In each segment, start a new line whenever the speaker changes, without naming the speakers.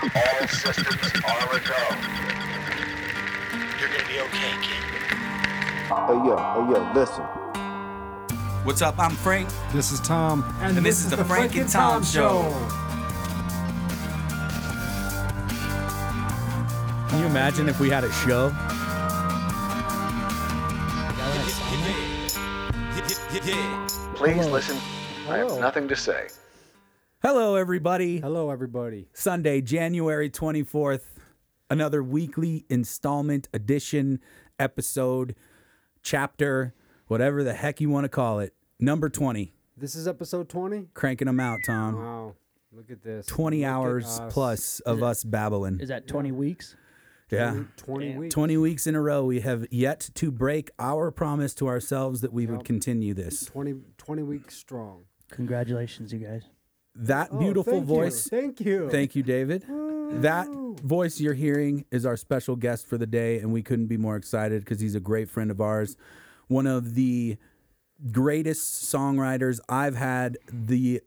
All systems are a go. You're gonna be okay, kid.
Hey yo, hey yo, listen.
What's up? I'm Frank.
This is Tom.
And this is the Frank and Tom Show.
Can you imagine if we had a show?
Please listen. I have nothing to say.
Hello, everybody.
Hello, everybody.
Sunday, January 24th, another weekly installment edition episode, chapter, whatever the heck you want to call it. Number 20.
This is episode 20.
Cranking them out, Tom.
Wow. Look at this.
20
Look at uh,
hours
us.
plus of us babbling.
Is that 20 weeks?
yeah.
20 weeks.
20 weeks in a row, we have yet to break our promise to ourselves that we would continue this.
20, 20 weeks strong.
Congratulations, you guys.
That
Oh,
beautiful
thank you.
voice
Thank you.
Thank you, David. That voice you're hearing is our special guest for the day, and we couldn't be more excited because he's a great friend of ours. One of the greatest songwriters I've had the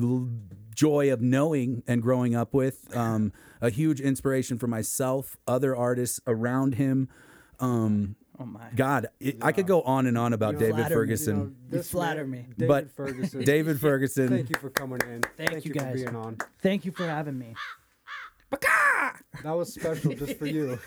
l- joy of knowing and growing up with. Um, a huge inspiration for myself, other artists around him. Um,
Oh my.
God, it, I could go on and on about
You know,
David
flatter me, you
Ferguson.
You know, this
flatter
man-
me.
David
But
Ferguson.
David Ferguson.
Thank you for coming in. Thank,
you,
for
guys.
being on.
Thank you for having me.
That was special just for you.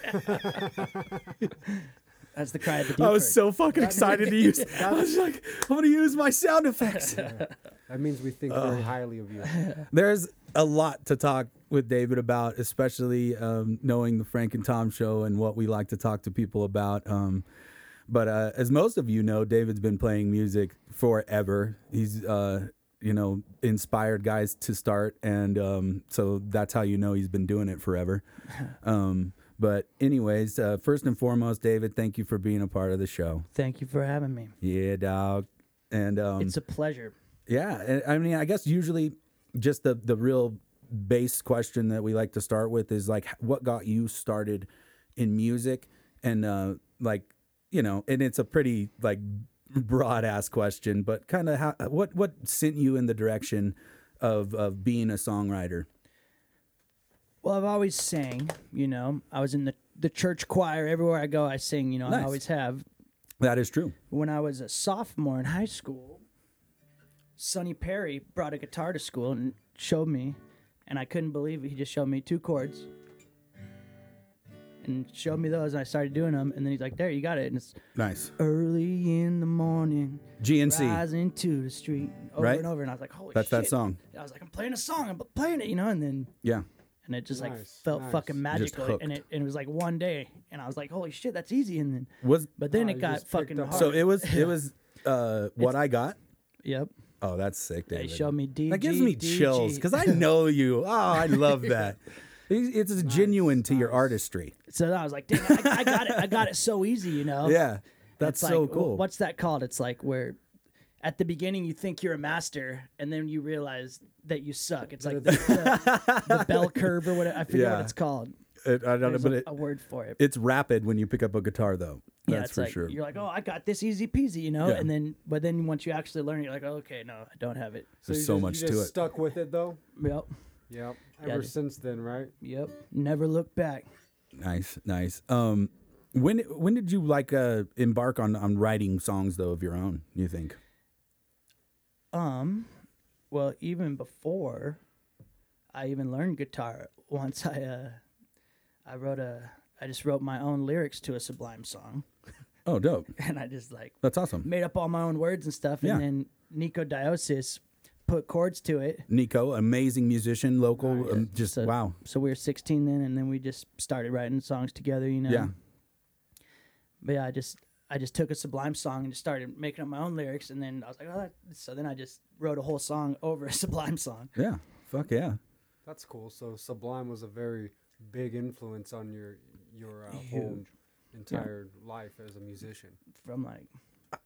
That's the cry of the
I
deep.
was so fucking excited to use. I was like, I'm gonna use my sound effects.
That means we think very highly of you.
There's a lot to talk with David about, especially um, knowing the Frank and Tom show and what we like to talk to people about. Um, but uh, as most of you know, David's been playing music forever. He's, uh, you know, inspired guys to start. And um, so that's how you know he's been doing it forever. Um, but, anyways, uh, first and foremost, David, thank you for being a part of the show.
Thank you for having me.
Yeah, dog. And um,
It's a pleasure.
yeah, and- I mean, I guess usually just the the real base question that we like to start with is like, what got you started in music? And uh, like, you know, and it's a pretty like broad ass question, but kind of how uh, what what sent you in the direction of of being a songwriter?
Well, I've always sang, you know. I was in the, the church choir. Everywhere I go, I sing, you know.
Nice.
I always have.
That is true.
When I was a sophomore in high school, Sonny Perry brought a guitar to school and showed me. And I couldn't believe it. He just showed me two chords and showed me those. And I started doing them. And then he's like, there, you got it. And it's
Nice.
early in the morning.
GNC.
rising to the street over
Right?
and over, and I was like, "Holy
That's
shit!"
that song.
I was like, "I'm playing a song, I'm playing it," you know, and then
Yeah.
and it just like
Nice,
felt
nice.
fucking magical,
hooked.
and it and it was like one day, and I was like, "Holy shit, that's easy," and then
Was
but then
Oh,
it
you
got
just picked
fucking
up
hard.
so it was it was uh what I got.
yep,
Oh, that's sick,
they
David.
showed me D.
That gives me chills because I know you. Oh, I love that. It's it's genuine to your artistry.
so then I was like, "Damn, I, I got it, I got it so easy," you know.
Yeah, that's
Oh, It's like,
so
wh-
cool.
What's that called? It's like where. At the beginning, you think you're a master, and then you realize that you suck. It's like the, the, the bell curve or whatever. I forget
Yeah.
what it's called.
It- I don't know,
There's
but
a,
it,
a word for it.
it's rapid when you pick up a guitar, though.
yeah,
that's
it's
for
like,
sure.
You're like, oh, I got this easy peasy, you know.
Yeah.
And then, but then once you actually learn, it, you're like, oh, okay, no, I don't have it.
There's
you
so
just-
much
you
to
just
it.
Stuck with it though.
Yep,
Yep.
I
Ever
just-
since then, right?
yep. Never look back.
Nice, nice. Um, when when did you like uh, embark on on writing songs though of your own? You think?
Um, well, even before I even learned guitar, once I uh, I wrote a, I just wrote my own lyrics to a Sublime song,
Oh, dope.
and I just like
That's awesome.
made up all my own words and stuff,
Yeah.
and then Nico Diosis put chords to it.
Nico, amazing musician, local. Um, just
So-
wow.
So we were 16 then, and then we just started writing songs together, you know.
Yeah.
But yeah, I just I just took a Sublime song and just started making up my own lyrics, and then I was like, oh, that, so then I just wrote a whole song over a Sublime song.
Yeah. Fuck yeah.
That's cool. So Sublime was a very big influence on your your uh, whole entire life as a musician.
From like,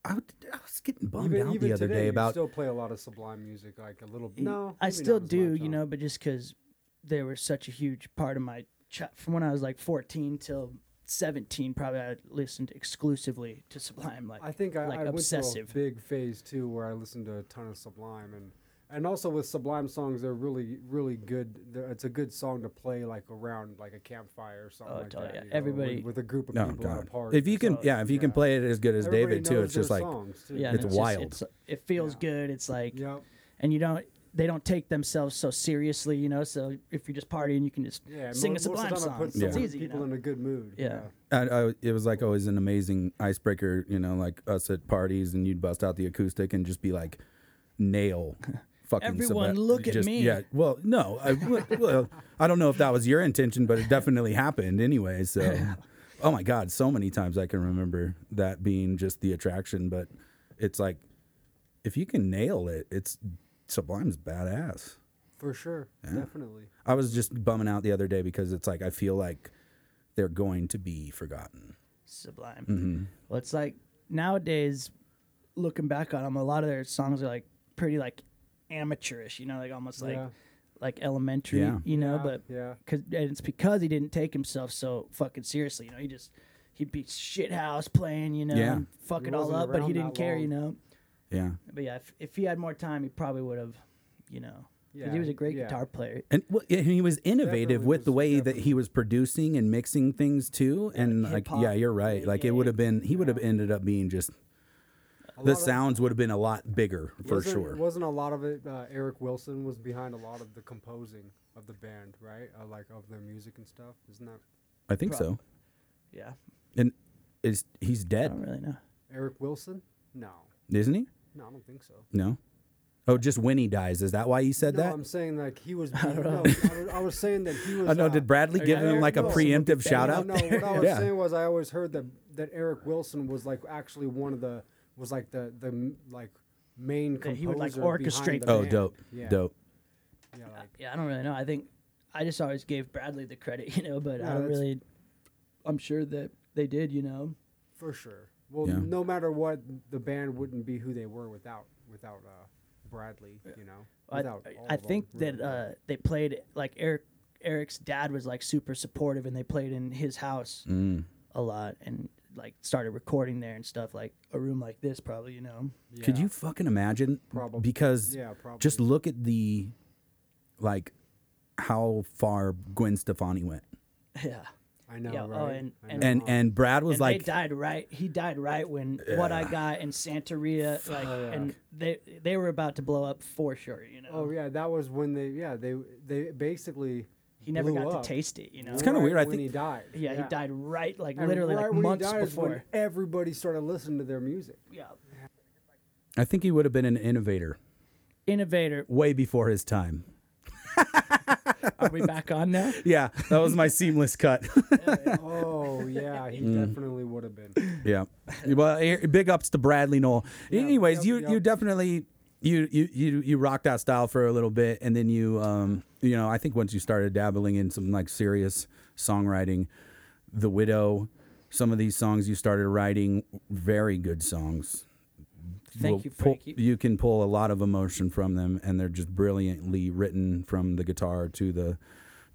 I, I was getting bummed out the other day
you
about
still play a lot of Sublime music, like a little. No,
I
maybe
still
not as
do,
much,
you
huh?
know, but just because they were such a huge part of my ch- from when I was like 14 till 17, probably I listened exclusively to Sublime, like
I think I,
like
I went through a
obsessive.
big phase too, where I listened to a ton of Sublime, and and also with Sublime songs, they're really, really good. They're, it's a good song to play like around like a campfire or something
Oh,
like
totally.
that. you know,
Everybody-
with, with a group of
No,
people at
God.
a party.
If you can, yeah, if you can
yeah.
play it as good as David too, it's just like
Yeah,
It's
and just-
wild.
it's- it feels
Yeah.
good. It's like,
Yep.
and you don't. They don't take themselves so seriously, you know. So if you're just partying, you can just
Yeah,
sing
mo-
a Sublime
most of the time
song.
I put
It's
some
easy, you
people
know?
in a good mood.
Yeah.
I, I, it was like always an amazing icebreaker, you know, like us at parties, and you'd bust out the acoustic and just be like, nail. Fucking
Everyone
Sebas-
look at
just-
me.
Yeah, well, no, I, well, I don't know if that was your intention, but it definitely happened anyway. So, oh my God, so many times I can remember that being just the attraction, but it's like, if you can nail it, it's Sublime's badass.
for sure, definitely.
I was just bumming out the other day because it's like I feel like they're going to be forgotten.
Sublime.
Mm-hmm.
Well, it's like nowadays, looking back on them, a lot of their songs are like pretty like amateurish, you know, like almost like
Yeah.
like elementary,
Yeah.
you know.
Yeah,
But
yeah.
cause, and it's because he didn't take himself so fucking seriously, you know. He just he'd be shit house playing, you know,
Yeah.
and fuck
He
it all
wasn't
up, but he
around
didn't
that
care,
long.
you know.
Yeah.
But yeah, if, if he had more time, he probably would have, you know. 'Cause
Yeah,
he was a great
yeah.
guitar player.
And well, yeah, he was innovative
Definitely
with the
was-
way that he was producing and mixing things too. And like,
hip-hop,
yeah, you're right. Like, it would have been, he would have ended up being just,
A
the
lot of-
sounds would have been a lot bigger for
wasn't,
sure.
Wasn't a lot of it? Uh, Eric Wilson was behind a lot of the composing of the band, right? Uh, like of their music and stuff. Isn't that
I think so.
Yeah,
And is he's
I
dead,
don't really know.
Eric Wilson? No,
isn't he?
no, I don't think so.
No. Oh, just when he dies. Is that why he said
No,
that?
I'm saying like he was. I, no, I, was, I was saying that he was.
I know.
uh,
Oh, Did Bradley give
yeah,
him like a
no.
preemptive shout
No,
out?
No, what I was
Yeah.
saying was I always heard that that Eric Wilson was like actually one of the was like the the m- like main
That
composer.
he would, like,
behind
orchestrate
the
the
Oh,
band.
dope.
Yeah.
Dope.
Yeah, like,
Yeah, I don't really know. I think I just always gave Bradley the credit, you know, but
Yeah,
I don't
that's-
really. I'm sure that they did, you know.
for sure. Well,
Yeah.
no matter what, the band wouldn't be who they were without without uh, Bradley. You know,
I,
without
I-
all
I
of 'em,
think
really.
that uh, they played like Eric. Eric's dad was like super supportive, and they played in his house a lot, and like started recording there and stuff, like a room like this, probably, you know.
Could
Yeah.
you fucking imagine?
Probab-
Because
yeah, probably.
just look at the, like, how far Gwen Stefani went.
Yeah,
I know,
yeah, oh,
right?
and-
I
and-
know.
And and Brad was
and
like,
they died right. He died right when what I got in Santeria, like, and they they were about to blow up for sure, you know.
oh yeah, that was when they yeah they they basically
he never
blew
got
up
to taste it, you know.
kinda
right
weird, I
when
think-
he died.
Yeah, he died right, like
And
literally,
right
like
when he
months
died is when
before.
everybody started listening to their music.
Yeah,
I think he would have been an innovator
innovator.
way before his time.
Are we back on now?
Yeah, that was my seamless cut.
Oh yeah, he
Mm.
definitely would have been.
yeah. Well, here- big ups to Bradley Noel. Anyways,
yep,
you you
yep.
definitely you you you you rocked out style for a little bit, and then you um you know I think once you started dabbling in some like serious songwriting, The Widow, some of these songs you started writing very good songs.
Thank
will
you,
pull-
Frankie.
you can pull a lot of emotion from them, and they're just brilliantly written from the guitar to the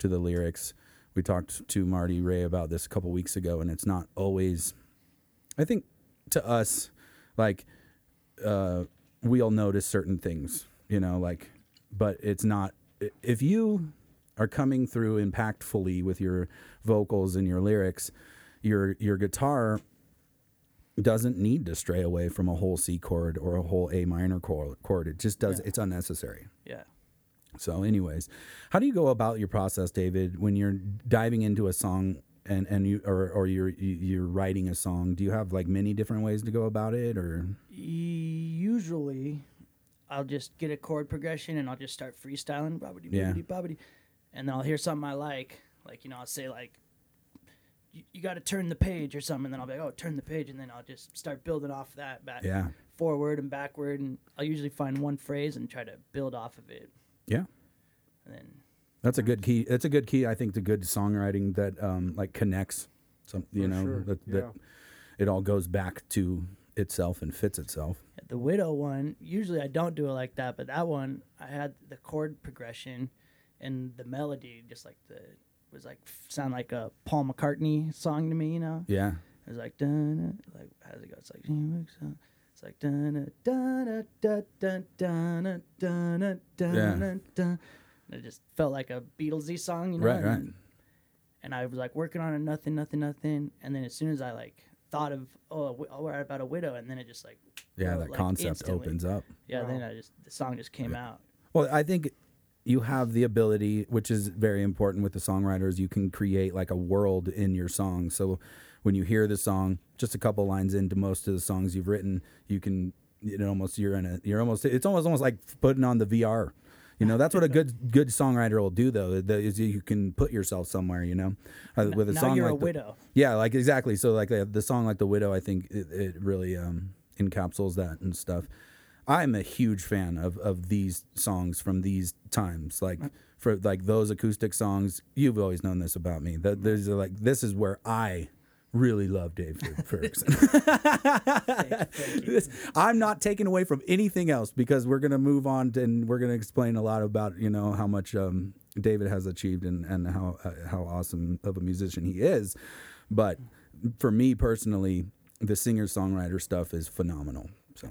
to the lyrics. We talked to Marty Ray about this a couple weeks ago, and it's not always. I think to us, like uh, we'll notice certain things, you know, like, but it's not i- if you are coming through impactfully with your vocals and your lyrics, your your guitar doesn't need to stray away from a whole C chord or a whole A minor chord. chord. It just does. It's unnecessary.
Yeah.
So, anyways, how do you go about your process, David, when you're diving into a song and and you or or you're you- you're writing a song? Do you have like many different ways to go about it, or
Usually, I'll just get a chord progression and I'll just start freestyling, bobbity
Yeah.
bobbity bobbity, and then I'll hear something I like. Like you know, I'll say like, "You, you got to turn the page" or something. And then I'll be like, "Oh, turn the page," and then I'll just start building off that back,
Yeah.
forward and backward, and I'll usually find one phrase and try to build off of it,
yeah?
and then
That's a good key. That's a good key. I think to good songwriting that um like connects some you know
sure,
that, that
yeah.
it all goes back to itself and fits itself.
The widow one, usually I don't do it like that, but that one I had the chord progression and the melody just like the was like sound like a Paul McCartney song to me, you know.
Yeah.
It was like dun like how's it go? It's like she wakes up. It's like dun dun dun dun dun dun dun dun. It just felt like a Beatlesy song, you know.
Right,
and,
right.
And I was like working on it, nothing, nothing, nothing. And then as soon as I like thought of oh, a wi- oh we're about a widow, and then it just like
Yeah,
wrote,
that
like,
concept
instantly.
opens up.
Yeah, then I just the song just came out.
Well, I think you have the ability, which is very important with the songwriters, you can create like a world in your song. So when you hear the song, just a couple lines into most of the songs you've written, you can it almost you're in a you're almost it's almost almost like putting on the VR. You know, that's what a good good songwriter will do though. the- Is you can put yourself somewhere, you know, Uh, with a
now
song
you're
like
a
the-
widow.
yeah, like exactly. So like the, the song like the widow, I think it, it really um, encapsulates that and stuff. I'm a huge fan of of these songs from these times, like for like those acoustic songs. You've always known this about me. That there's like this is where I really love Dave Ferguson. This- I'm not taking away from anything else because we're gonna move on to, and we're gonna explain a lot about you know how much um, David has achieved and and how uh, how awesome of a musician he is. But for me personally, the singer songwriter stuff is phenomenal. So,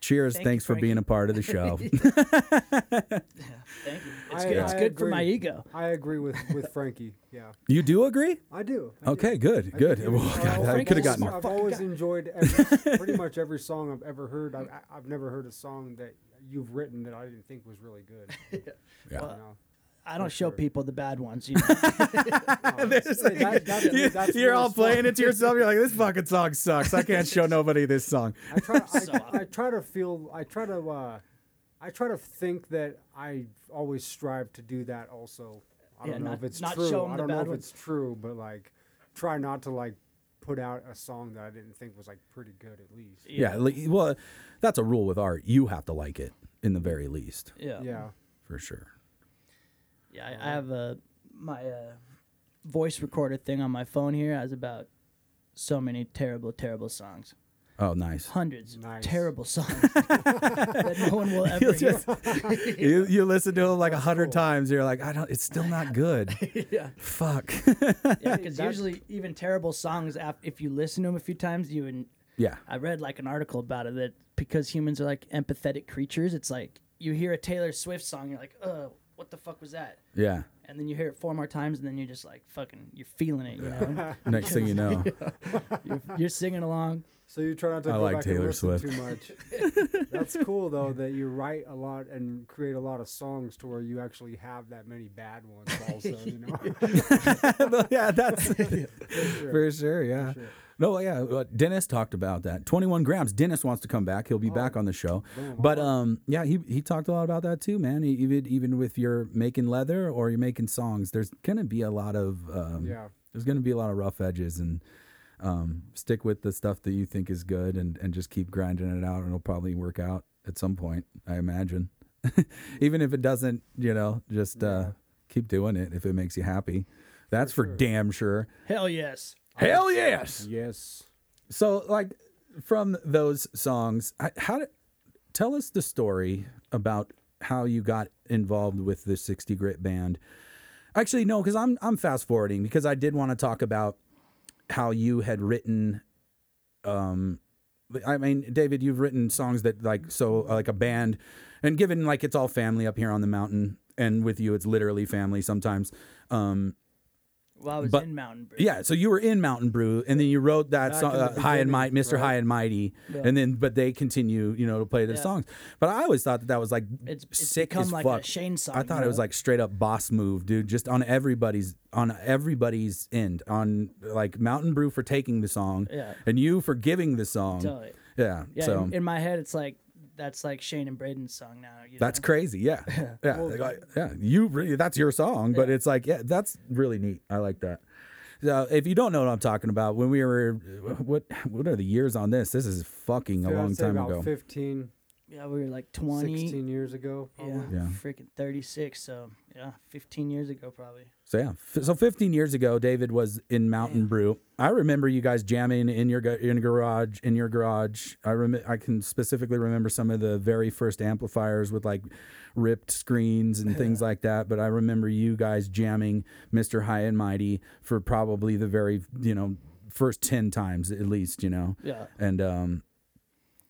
cheers!
Thank you,
thanks for being a part of the show.
Thank you. It's
I-
good. It's
I
good for my
agree.
ego.
I agree with with Frankie. Yeah,
you do agree?
I do. I do.
Okay, good,
I
good.
think it
Well,
was-
Oh, God,
I've
I
Frankie's
could have
always-
gotten
smart.
more.
I've always enjoyed every, pretty much every song I've ever heard. I've, I- I've never heard a song that you've written that I didn't think was really good.
Yeah.
You know?
I don't show people the bad ones. You know?
No, that's- that- that's- that's
You're
really
all
smart.
playing it to yourself. You're like, this fucking song sucks. I can't show nobody this song.
I try,
So
I, I try to feel. I try to. Uh, I try to think that I always strive to do that. Also, I
Yeah,
don't know
not-
if it's
not show
true.
'em
I
the
don't know
bad
if
ones.
it's true, but like, try not to like put out a song that I didn't think was like pretty good at least.
Yeah. like, well, that's a rule with art. You have to like it in the very least,
yeah.
Yeah.
for sure.
Yeah, I, I have a my uh, voice recorder thing on my phone here. has about so many terrible, terrible songs.
Oh, nice.
Hundreds
Nice.
of terrible songs that no one will ever
You'll
hear.
just- you, you listen to it like a hundred times. You're like, I don't. It's still not good.
yeah,
Fuck.
because usually even terrible songs, af- if you listen to them a few times, you and
yeah.
I read like an article about it that because humans are like empathetic creatures, it's like you hear a Taylor Swift song, you're like, oh, what the fuck was that?
Yeah.
And then you hear it four more times, and then you're just like, fucking, you're feeling it, you know?
Next thing you know,
you're, you're singing along.
So you try not to
I
go
like
back
Taylor
and listen
Swift.
too much. That's cool though that you write a lot and create a lot of songs to where you actually have that many bad ones. Also, you know.
yeah, that's for sure. Yeah. No, yeah. uh, Dennis talked about that. 21 grams. Dennis wants to come back. He'll be back on the show. But um, yeah, he, he talked a lot about that too, man. E- Even even with your making leather or you're making songs, there's gonna be a lot of um,
Yeah.
There's gonna be a lot of rough edges and um, stick with the stuff that you think is good and and just keep grinding it out and it'll probably work out at some point. I imagine. even if it doesn't, you know, just uh, keep doing it if it makes you happy. That's for, damn sure.
Hell yes.
Hell yes.
yes.
So, like, from those songs, I- how did, tell us the story about how you got involved with the 60 Grit Band. Actually, no, because I'm I'm fast forwarding because I did want to talk about how you had written. Um, I mean, David, you've written songs that like so uh, like a band, and given like it's all family up here on the mountain, and with you it's literally family sometimes. Um,
Well, I was
But-
in Mountain Brew.
yeah, so you were in Mountain Brew, and then you wrote that
Back
song,
in the
uh, High and
beginning,
Mighty, Mr.
right?
High and Mighty,
Yeah.
and then but they continue, you know, to play their
Yeah.
songs. But I always thought that that was like
It's- it's
sick
become
as
like a
fuck.
Shane song,
I thought
you
it was
know?
like straight up boss move, dude. Just on everybody's on everybody's end on like Mountain Brew for taking the song,
Yeah.
and you for giving the song.
Totally.
Yeah,
Yeah,
um, so
in, in my head, it's like that's like Shane and Braden's song now. You
that's
know?
crazy. Yeah, yeah, Like, I- yeah. You really that's your song, but it's like yeah, that's really neat. I like that. So if you don't know what I'm talking about, when we were what what are the years on this? This is fucking a
Dude, I'd
long
say
time
about
ago.
15,
yeah, we were like 20,
16 years ago.
yeah,
probably.
Yeah.
freaking thirty six. So yeah, fifteen years ago probably.
So yeah, f- so 15 years ago, David was in Mountain Brew. I remember you guys jamming in your ga- in garage in your garage. I rem- I can specifically remember some of the very first amplifiers with like ripped screens and things like that. But I remember you guys jamming Mr. High and Mighty for probably the very you know first 10 times at least. You know.
Yeah.
And um,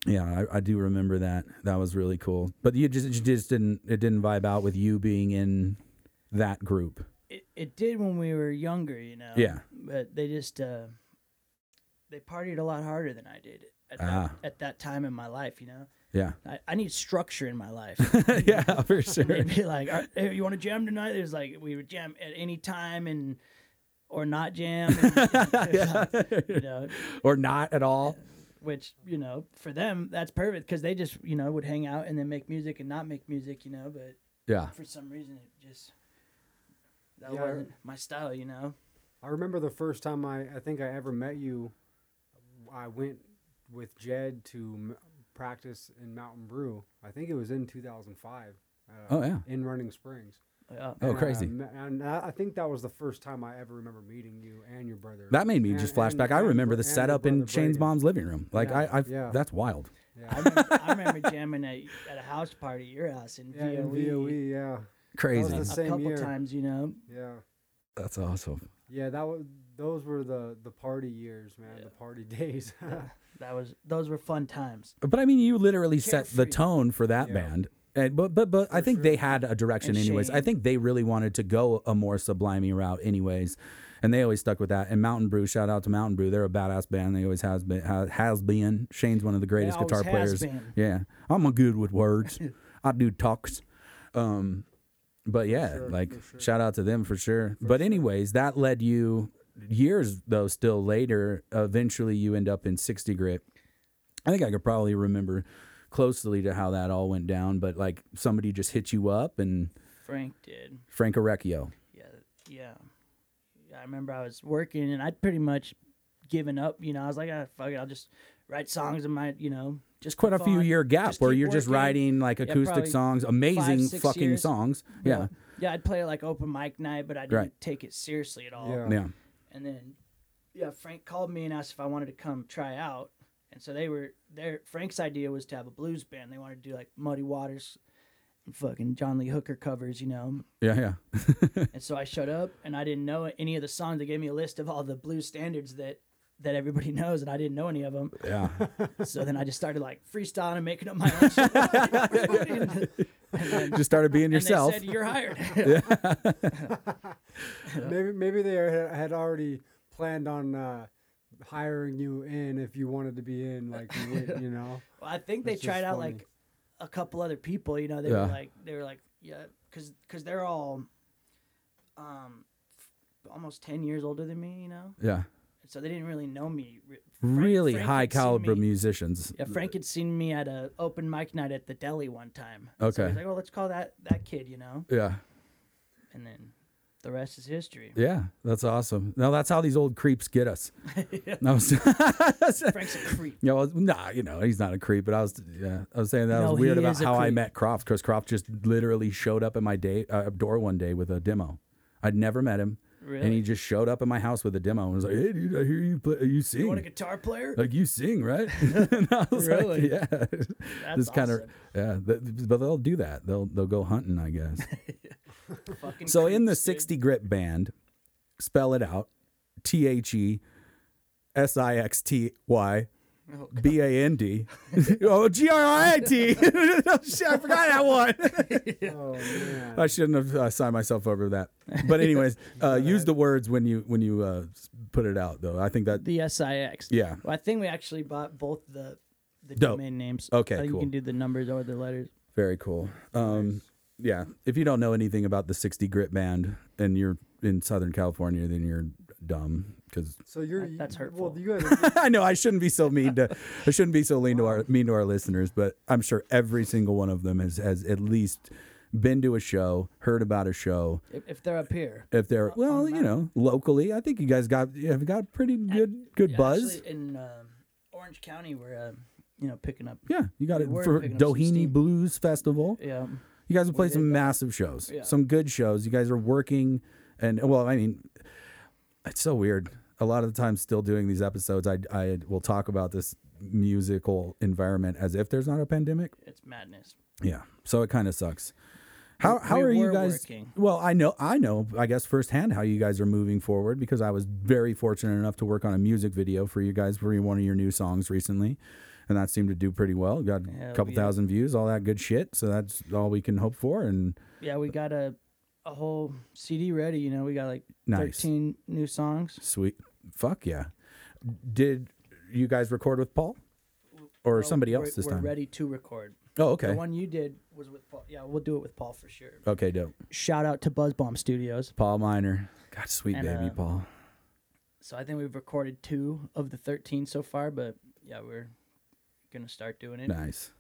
Yeah, I, I do remember that. That was really cool. But you just, you just didn't it didn't vibe out with you being in that group.
It, it did when we were younger, you know.
Yeah.
But they just uh, they partied a lot harder than I did at,
Ah.
that, at that time in my life, you know.
Yeah.
I, I need structure in my life.
yeah, for sure.
They'd be like, "All right, hey, "You want to jam tonight?" It was like we would jam at any time and or not jam, and- and- you know.
or not at all.
Which you know, for them, that's perfect because they just you know would hang out and then make music and not make music, you know. But
Yeah.
for some reason, it just that
Yeah, I-
wasn't my style, you know.
I remember the first time I, I think I ever met you. I went with Jed to m- practice in Mountain Brew. I think it was in 2005. Uh,
Oh, yeah.
In Running Springs.
Yeah.
Oh,
And, uh,
crazy.
me- and I I think that was the first time I ever remember meeting you and your brother.
That made me
And-
just
and-
flashback. I
and
remember
br-
the
and your
setup in
brother
Shane's
Brayden.
mom's living room. Like
Yeah,
I, I,
yeah.
that's wild.
I
Yeah,
remember, I remember jamming at, at a house party at your house in
yeah, in
VOE,
VOE, yeah,
Crazy.
the
a
same
couple
year.
times, you know.
yeah,
That's awesome.
yeah. That was those were the the party years, man. The party days.
That was those were fun times.
But I mean, you literally set the
Carefree.
tone for that
Yeah.
band. And, but but but I think they had a direction
And
anyways. I
Shane.
think they really wanted to go a more sublimey route anyways, and they always stuck with that. And Mountain Brew, shout out to Mountain Brew, they're a badass band. They always has been has, has been. Shane's one of the greatest
always
guitar
has
players.
been.
Yeah, I'm a good with words. I do talks. Um, but yeah, like shout out to them for sure. but anyways, that led you years though. Still later, eventually you end up in 60 grit. I think I could probably remember closely to how that all went down, but like somebody just hit you up and
Frank did.
Frank Orecchio.
Yeah, yeah. Yeah, I remember I was working and I'd pretty much given up. You know, I was like, ah, fuck it, I'll just write songs in my, you know, just
Quite a
for
few
fun,
year gap where
keep
you're just
working.
writing like
Yeah,
acoustic
probably
songs, amazing
six
fucking
years.
songs. Yeah.
Yeah, I'd play like open mic night, but I didn't
Right.
take it seriously at all.
Yeah.
Yeah.
And then, yeah, Frank called me and asked if I wanted to come try out. And so they were there. Frank's idea was to have a blues band. They wanted to do like Muddy Waters, and fucking John Lee Hooker covers, you know.
Yeah. Yeah.
And so I showed up and I didn't know any of the songs. They gave me a list of all the blues standards that that everybody knows, and I didn't know any of them.
Yeah.
So then I just started like freestyling and making up my own. shit. and then,
just started being
and
yourself.
they said you're hired.
maybe maybe they had had already planned on uh, hiring you in if you wanted to be in, like you, would, you know.
Well, I think they
That's just
tried out
funny.
like a couple other people. You know, they
Yeah.
were like they were like yeah, because because they're all um f- almost ten years older than me. You know,
yeah.
so they didn't really know me. Re- Frank-
Really
Frank
high
had seen
caliber
me-
musicians.
Yeah, Frank had seen me at a open mic night at the deli one time. so
Okay.
he's like, "Oh, let's call that that kid," you know,
Yeah.
and then the rest is history.
Yeah, that's awesome. Now that's how these old creeps get us. No, I was-
Frank's a creep.
yeah, well, nah, you know he's not a creep, but I was, yeah, I was saying that
No,
was weird
he
about
is a
how I
creep.
met Croft because Croft just literally showed up at my day uh, door one day with a demo. I'd never met him, and he
Really?
just showed up at my house with a demo and was like, "Hey, dude, I hear you play, uh, you sing."
You want a guitar player?
like you sing, right? and I was
Really?
like, yeah.
That's
kind of
awesome.
yeah, th- but they'll do that. They'll they'll go hunting, I guess.
Fucking
So in the
creeps, dude.
60 grit band, spell it out. T H E S I X T Y B A N D. Oh, G R I T. Shit, I forgot that one.
Oh man.
I shouldn't have uh, signed myself over to that. But anyways, uh, use the words when you when you uh, s- put it out though. I think that
the SIX.
Yeah.
Well, I think we actually bought both the the
Dope.
domain names.
Okay,
I think
cool.
You can do the numbers or the letters.
Very cool. Um, Yeah. If you don't know anything about the 60 Grit Band and you're in Southern California, then you're dumb. Because
So you're
That- that's
you- Well,
hurtful.
you guys,
I know I shouldn't be so mean to I shouldn't be so lean to our mean to our listeners, but I'm sure every single one of them has has at least been to a show, heard about a show.
If, if they're up here.
If they're well, you know, locally, I think you guys got you have got pretty good good
Yeah,
buzz.
actually, in um, Orange County, we're uh, you know picking up.
yeah, you got
we
it
were
for
picking up some
Doheny
steam.
Blues Festival.
Yeah. um,
You guys have played
did
some
that.
massive shows,
Yeah.
some good shows. You guys are working, and well, I mean, it's so weird. A lot of the time, still doing these episodes, I I will talk about this musical environment as if there's not a pandemic.
It's madness.
Yeah, so it kind of sucks. How how
we
are you
were
guys?
working.
Well, I know I know I guess firsthand how you guys are moving forward because I was very fortunate enough to work on a music video for you guys for one of your new songs recently, and that seemed to do pretty well. Got
Hell
a couple
yeah.
thousand views, all that good shit. So that's all we can hope for. And
Yeah, we got a a whole CD ready. You know, we got like
Nice.
thirteen new songs.
sweet, fuck yeah. Did you guys record with Paul or
Well,
somebody
we're-
else this
we're
time?
ready to record.
Oh, okay.
The one you did was with Paul. Yeah, we'll do it with Paul for sure.
Okay, dope.
Shout out to Buzz Bomb Studios.
Paul Miner. God, sweet
And,
baby
uh,
Paul.
So I think we've recorded two of the thirteen so far, but yeah, we're gonna start doing it.
Nice.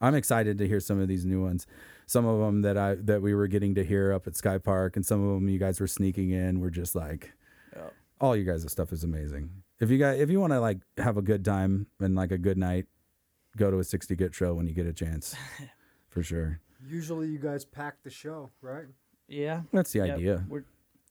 I'm excited to hear some of these new ones. Some of them that I that we were getting to hear up at Sky Park, and some of them you guys were sneaking in. We're just like,
Yeah.
all you guys' stuff is amazing. If you guys if you want to like have a good time and like a good night, go to a 60 good show when you get a chance, for sure.
Usually, you guys pack the show, right?
Yeah.
That's the
yeah,
idea.
We're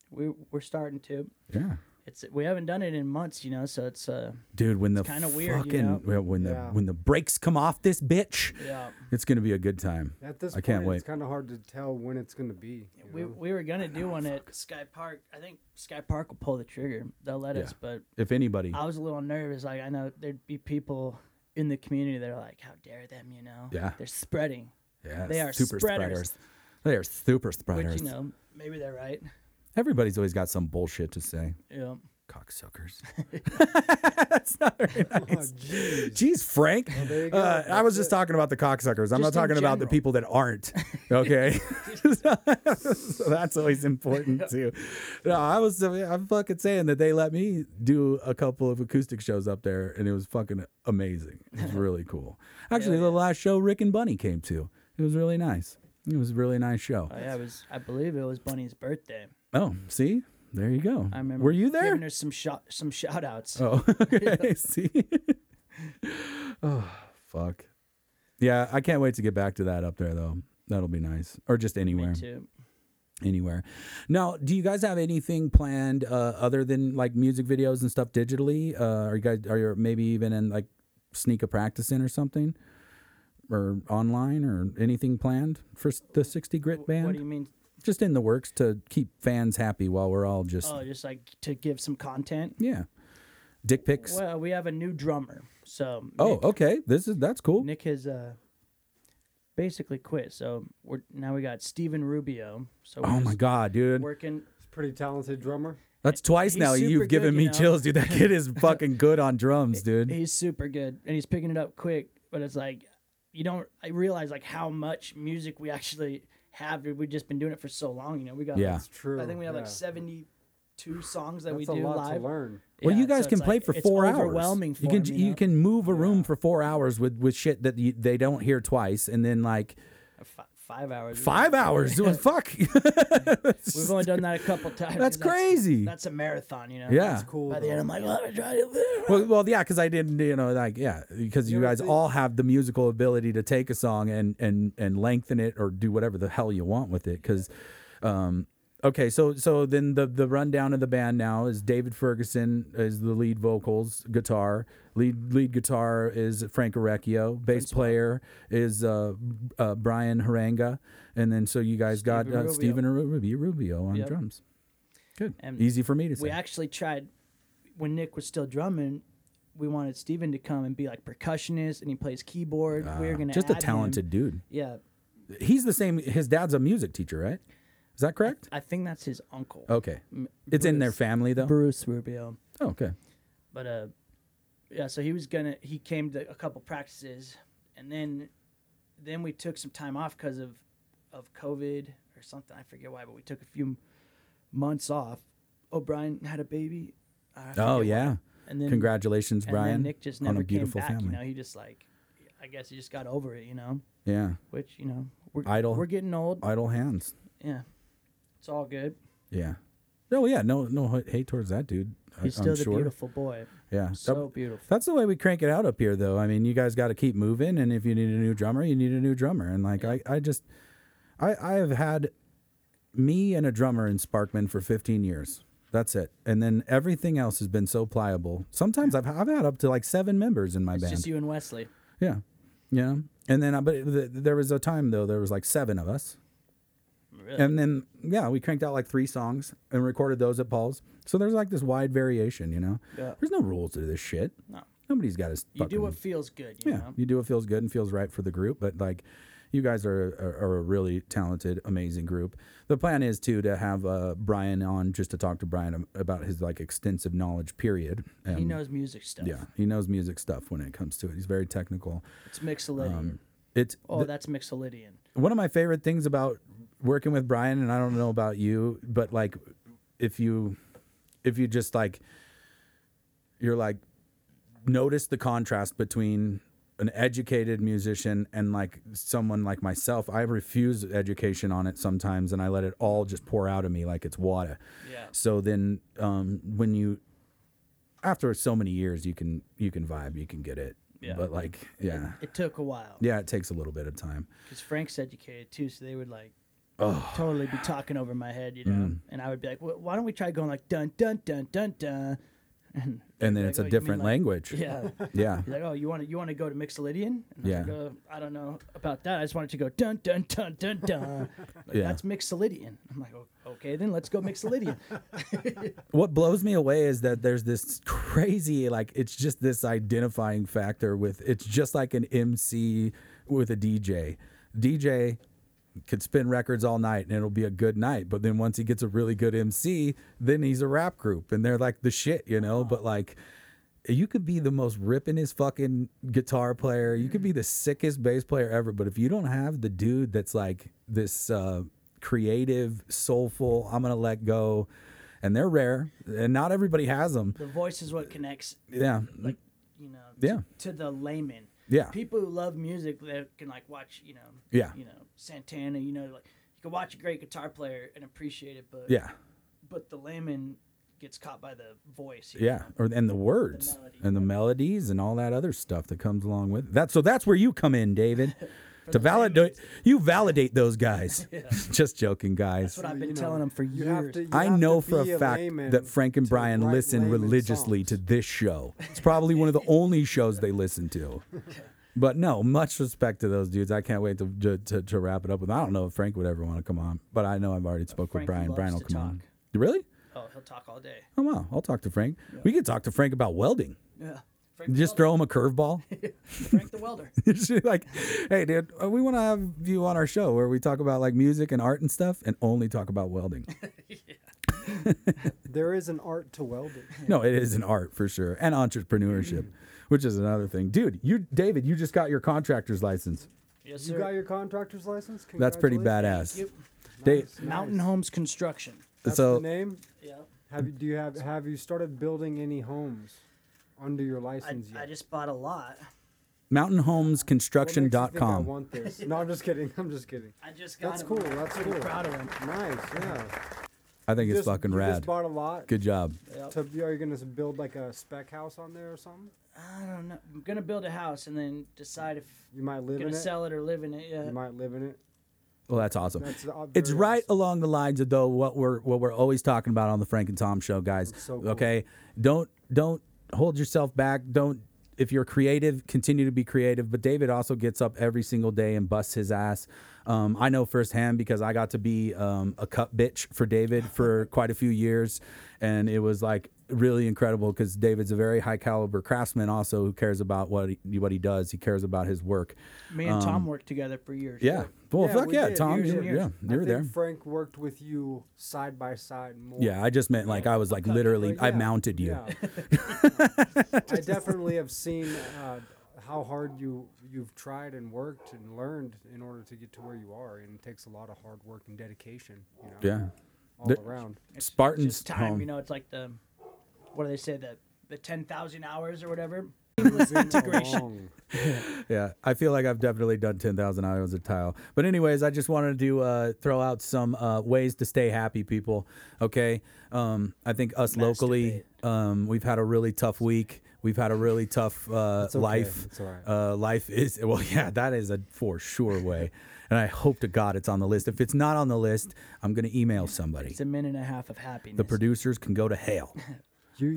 we, we're starting to.
Yeah,
It's we haven't done it in months, you know. So it's uh
dude. When the
kinda
fucking
weird, you know?
well, when the
Yeah.
when the brakes come off this bitch,
yeah.
it's gonna be a good time.
At this
I can't
point,
wait.
it's kind of hard to tell when it's going to be. you
We,
know?
we were gonna do one at Sky Park. I think Sky Park will pull the trigger. They'll let
Yeah.
us, but
If anybody,
I was a little nervous. Like I know there'd be people in the community that are like, "How dare them?" You know?
Yeah.
They're spreading,
yeah,
they are
super
spreaders.
They are super spreaders.
which you know maybe they're right.
Everybody's always got some bullshit to say.
Yeah.
Cocksuckers. That's not very
Oh,
nice. Jeez, Frank.
there you go.
Uh, I was
That's
just talking about the cocksuckers. I'm
Just
not
in
talking about the
general.
people that aren't. Okay, so that's always important too. No, I was I'm fucking saying that they let me do a couple of acoustic shows up there, and it was fucking amazing. It was really cool. Actually, the last show Rick and Bunny came to, it was really nice. It was a really nice show.
Oh, yeah, it was. I believe it was Bunny's birthday.
Oh, see, there you go.
I remember.
Were you there?
Giving her some shot, some shout outs.
Oh, okay. See? oh, fuck. Yeah, I can't wait to get back to that up there, though. That'll be nice. Or just anywhere.
Me too.
Anywhere. Now, do you guys have anything planned uh, other than like music videos and stuff digitally? Uh, are you guys, are you maybe even in like sneak a practice in or something? Or online or anything planned for s- the 60 Grit
Wh- What do
band?
you mean?
just in the works to keep fans happy while we're all just,
Oh, just like to give some content.
yeah. Dick pics.
Well, we have a new drummer. So
Oh,
Nick,
okay. This is that's cool.
Nick has uh, basically quit. So we're now we got Steven Rubio. So we're
Oh my
just
god, dude.
working.
He's a pretty talented drummer.
That's twice
he's
now
super
you've
good,
given
you
me
know?
chills, dude. That kid is fucking good on drums, dude.
He's super good and he's picking it up quick. But it's like you don't I realize like how much music we actually have. We've just been doing it for so long. You know, we got.
Yeah.
like,
It's true.
I think we have like
yeah.
seventy two songs that
That's
we
a
do
lot
live.
to learn.
Well,
Yeah,
you guys
so
can
it's
play
like-
for
it's
four
overwhelming
hours.
for
you can
him,
you,
know?
can move a room for four hours with with shit that you, they don't hear twice, and then like
Fi- five hours.
five hours. doing- fuck,
We've only done that a couple times.
that's
'cause
crazy.
That's a marathon, you know.
yeah.
Cool.
By the
though.
end, I'm like, let me try to.
Well, well, yeah, because I didn't, you know, like, yeah, because you
ever
guys
think-
all have the musical ability to take a song and and and lengthen it or do whatever the hell you want with it. Because, um, okay, so so then the the rundown of the band now is David Ferguson is the lead vocals, guitar. Lead lead guitar is Frank Orecchio. Bass player is uh, uh, Brian Haranga, and then so you guys got
Steven
uh,
Rubio.
Steven Ru- Rubio, Rubio on
Yep.
drums. Good,
And
easy for me to say.
We actually tried when Nick was still drumming. We wanted Steven to come and be like percussionist, and he plays keyboard. we were gonna
Ah. Just a
add him.
talented dude.
Yeah,
he's the same. His dad's a music teacher, right? Is that correct?
I think that's his uncle,
Okay, it's in their
Bruce.
family though.
Bruce Rubio.
Oh, okay,
But uh, yeah. So he was gonna. He came to a couple practices, and then then we took some time off because of of COVID or something. I forget why, but we took a few months off. O'Brien had a baby. I forget
Oh
why.
yeah,
And then
congratulations,
and
Brian.
then Nick just
on
never
a beautiful
came back.
family.
You know, he just like, I guess he just got over it. You know,
Yeah,
which you know, we're
Idle.
we're getting old.
idle hands.
yeah, it's all good.
Yeah. No, yeah, no, no h- hate towards that dude. I,
He's
I'm
still the
sure.
beautiful boy.
Yeah.
So
That-
beautiful.
that's the way we crank it out up here, though. I mean, you guys got to keep moving, and if you need a new drummer, you need a new drummer. And like, I, I just, I, I have had me and a drummer in Sparkman for 15 years. That's it. And then everything else has been so pliable. Sometimes I've, I've had up to like seven members in my
It's
band.
just you and Wesley.
Yeah. Yeah. And then, I but th- there was a time though, there was like seven of us.
Really?
And then, yeah, we cranked out like three songs and recorded those at Paul's. So there's like this wide variation, you know?
Yeah.
There's no rules to this shit.
No.
nobody's got his.
You do
fucking-
what feels good. You
yeah,
know?
you do what feels good and feels right for the group. But like, you guys are, are are a really talented, amazing group. The plan is too to have uh, Brian on just to talk to Brian about his like extensive knowledge. Period.
he
And,
knows music stuff.
Um, Yeah, he knows music stuff when it comes to it. He's very technical.
It's Mixolydian.
Um, It's
oh,
th-
that's Mixolydian.
one of my favorite things about working with Brian, and I don't know about you, but like if you if you just like you're like notice the contrast between an educated musician and like someone like myself. I refuse education on it sometimes and I let it all just pour out of me like it's water.
Yeah.
So then um when you after so many years you can you can vibe, you can get it.
Yeah.
But like yeah.
It took a while.
Yeah, it takes a little bit of time.
Because Frank's educated too, so they would like
Oh.
totally be talking over my head, you know.
Mm.
And I would be like, "Wh- "Why don't we try going like dun dun dun dun dun?" And
and then
like,
it's
"Oh,
a
you mean
different
like-"
language.
Yeah.
Yeah.
He's like, "Oh, you want to you want to go to Mixolydian?" And I
Yeah.
was like, "Uh, I don't know about that. I just wanted to go dun dun dun dun dun. like,
Yeah.
That's Mixolydian. I'm like, "O- "Okay, then let's go Mixolydian."
What blows me away is that there's this crazy, like, it's just this identifying factor with it's just like an MC with a DJ. DJ could spin records all night and it'll be a good night. But then once he gets a really good MC, then he's a rap group and they're like the shit, you know? But like, you could be the most ripping his fucking guitar player. You could be the sickest bass player ever, but if you don't have the dude that's like this uh, creative, soulful, I'm gonna let go, and they're rare, and not everybody has them.
the voice is what connects,
Yeah,
like you know, to,
Mm. Yeah.
to the layman.
Yeah.
people who love music that can like watch, you know,
Yeah.
you know Santana. You know, like you can watch a great guitar player and appreciate it, but
yeah,
but the layman gets caught by the voice. you
yeah,
know?
or and the words
melody.
and the melodies and all that other stuff that comes along with it. that. So that's where you come in, David. To validate, you validate those guys. Just joking, guys.
That's what I've
You
been
know,
telling him for
you
years.
have to- you
I
have to
know for
be
a fact
layman
that Frank and
to
Brian
write
listen
layman
religiously to
songs.
this show. It's probably one of the only shows they listen to. But no, much respect to those dudes. I can't wait to to, to, to wrap it up with. I don't know if Frank would ever want to come on, but I know I've already spoke with
Frank
Brian.
loves
Brian will
to
come on.
talk.
Really?
oh, he'll talk all day.
Oh wow, I'll talk to Frank. We could talk to Frank about welding.
Yeah, Frank
Just
the
throw him a curveball.
welder. Frank the welder.
She's like, hey, dude, uh, we want to have you on our show where we talk about like music and art and stuff, and only talk about welding.
There is an art to welding.
No, it is an art for sure, and entrepreneurship, which is another thing, dude. You, David, you just got your contractor's license.
Yes,
You
sir.
got your contractor's license?
That's pretty
Thank
badass.
you.
They,
Nice,
Mountain
nice.
Homes Construction.
That's
so
the name.
Yeah.
Have you do you have have you started building any homes under your
I,
license yet?
I just bought a lot.
What makes you think I
mountainhomesconstruction.com.
want this. No, I'm just kidding. I'm just kidding.
I just got
That's
him.
cool.
I'm
That's
pretty
cool.
proud of him.
Nice. Yeah.
I think
You
it's
just-
fucking
you
rad.
Just bought a lot.
Good job.
Yep.
To, are you gonna s- build like a spec house on there or something?
I don't know. I'm gonna build a house and then decide if
You might
I'm
live
gonna
in it.
sell it or live in it. Yeah.
You might live in it.
Well, that's awesome.
That's uh,
it's
very
right
awesome.
along the lines of though what we're what we're always talking about on the Frank and Tom show, guys.
That's so cool.
Okay, don't don't hold yourself back. Don't if you're creative, continue to be creative. But David also gets up every single day and busts his ass. Um, I know firsthand because I got to be um, a cup bitch for David for quite a few years, and it was like really incredible because David's a very high caliber craftsman also who cares about what he, what he does. He cares about his work.
Me and Tom worked together for years.
Um, Yeah. Well, fuck
we
yeah,
did.
Tom.
Years
you
and years.
yeah, you
I
were
think
there.
Frank worked with you side by side more.
Yeah, I just meant like I was like literally
But
I
yeah,
mounted you.
yeah. I definitely have seen uh, how hard you you've tried and worked and learned in order to get to where you are, and it takes a lot of hard work and dedication. You know,
Yeah.
all
There-
around.
It's-
Spartans
It's just time,
home.
you know. It's like the what do they say the the ten thousand hours or whatever.
Integration.
Yeah, I feel like I've definitely done 10,000 hours of tile. But, anyways, I just wanted to uh, throw out some uh, ways to stay happy, people. Okay. Um, I think us locally, um, we've had a really tough week. We've had a really tough uh,
okay.
life.
It's all right.
uh, life is, well, yeah, that is a for sure way. and I hope to God it's on the list. If it's not on the list, I'm going to email somebody.
It's a minute and a half of happiness.
The producers can go to hell.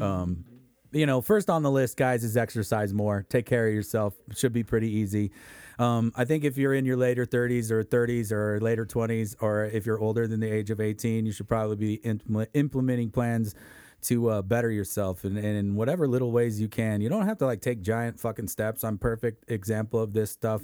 Um,
You,
you know, first on the list, guys, is exercise more. Take care of yourself. It should be pretty easy. Um, I think if you're in your later 30s or 30s or later 20s, or if you're older than the age of 18, you should probably be implement- implementing plans to uh, better yourself and, and in whatever little ways you can. You don't have to like take giant fucking steps. I'm perfect example of this stuff.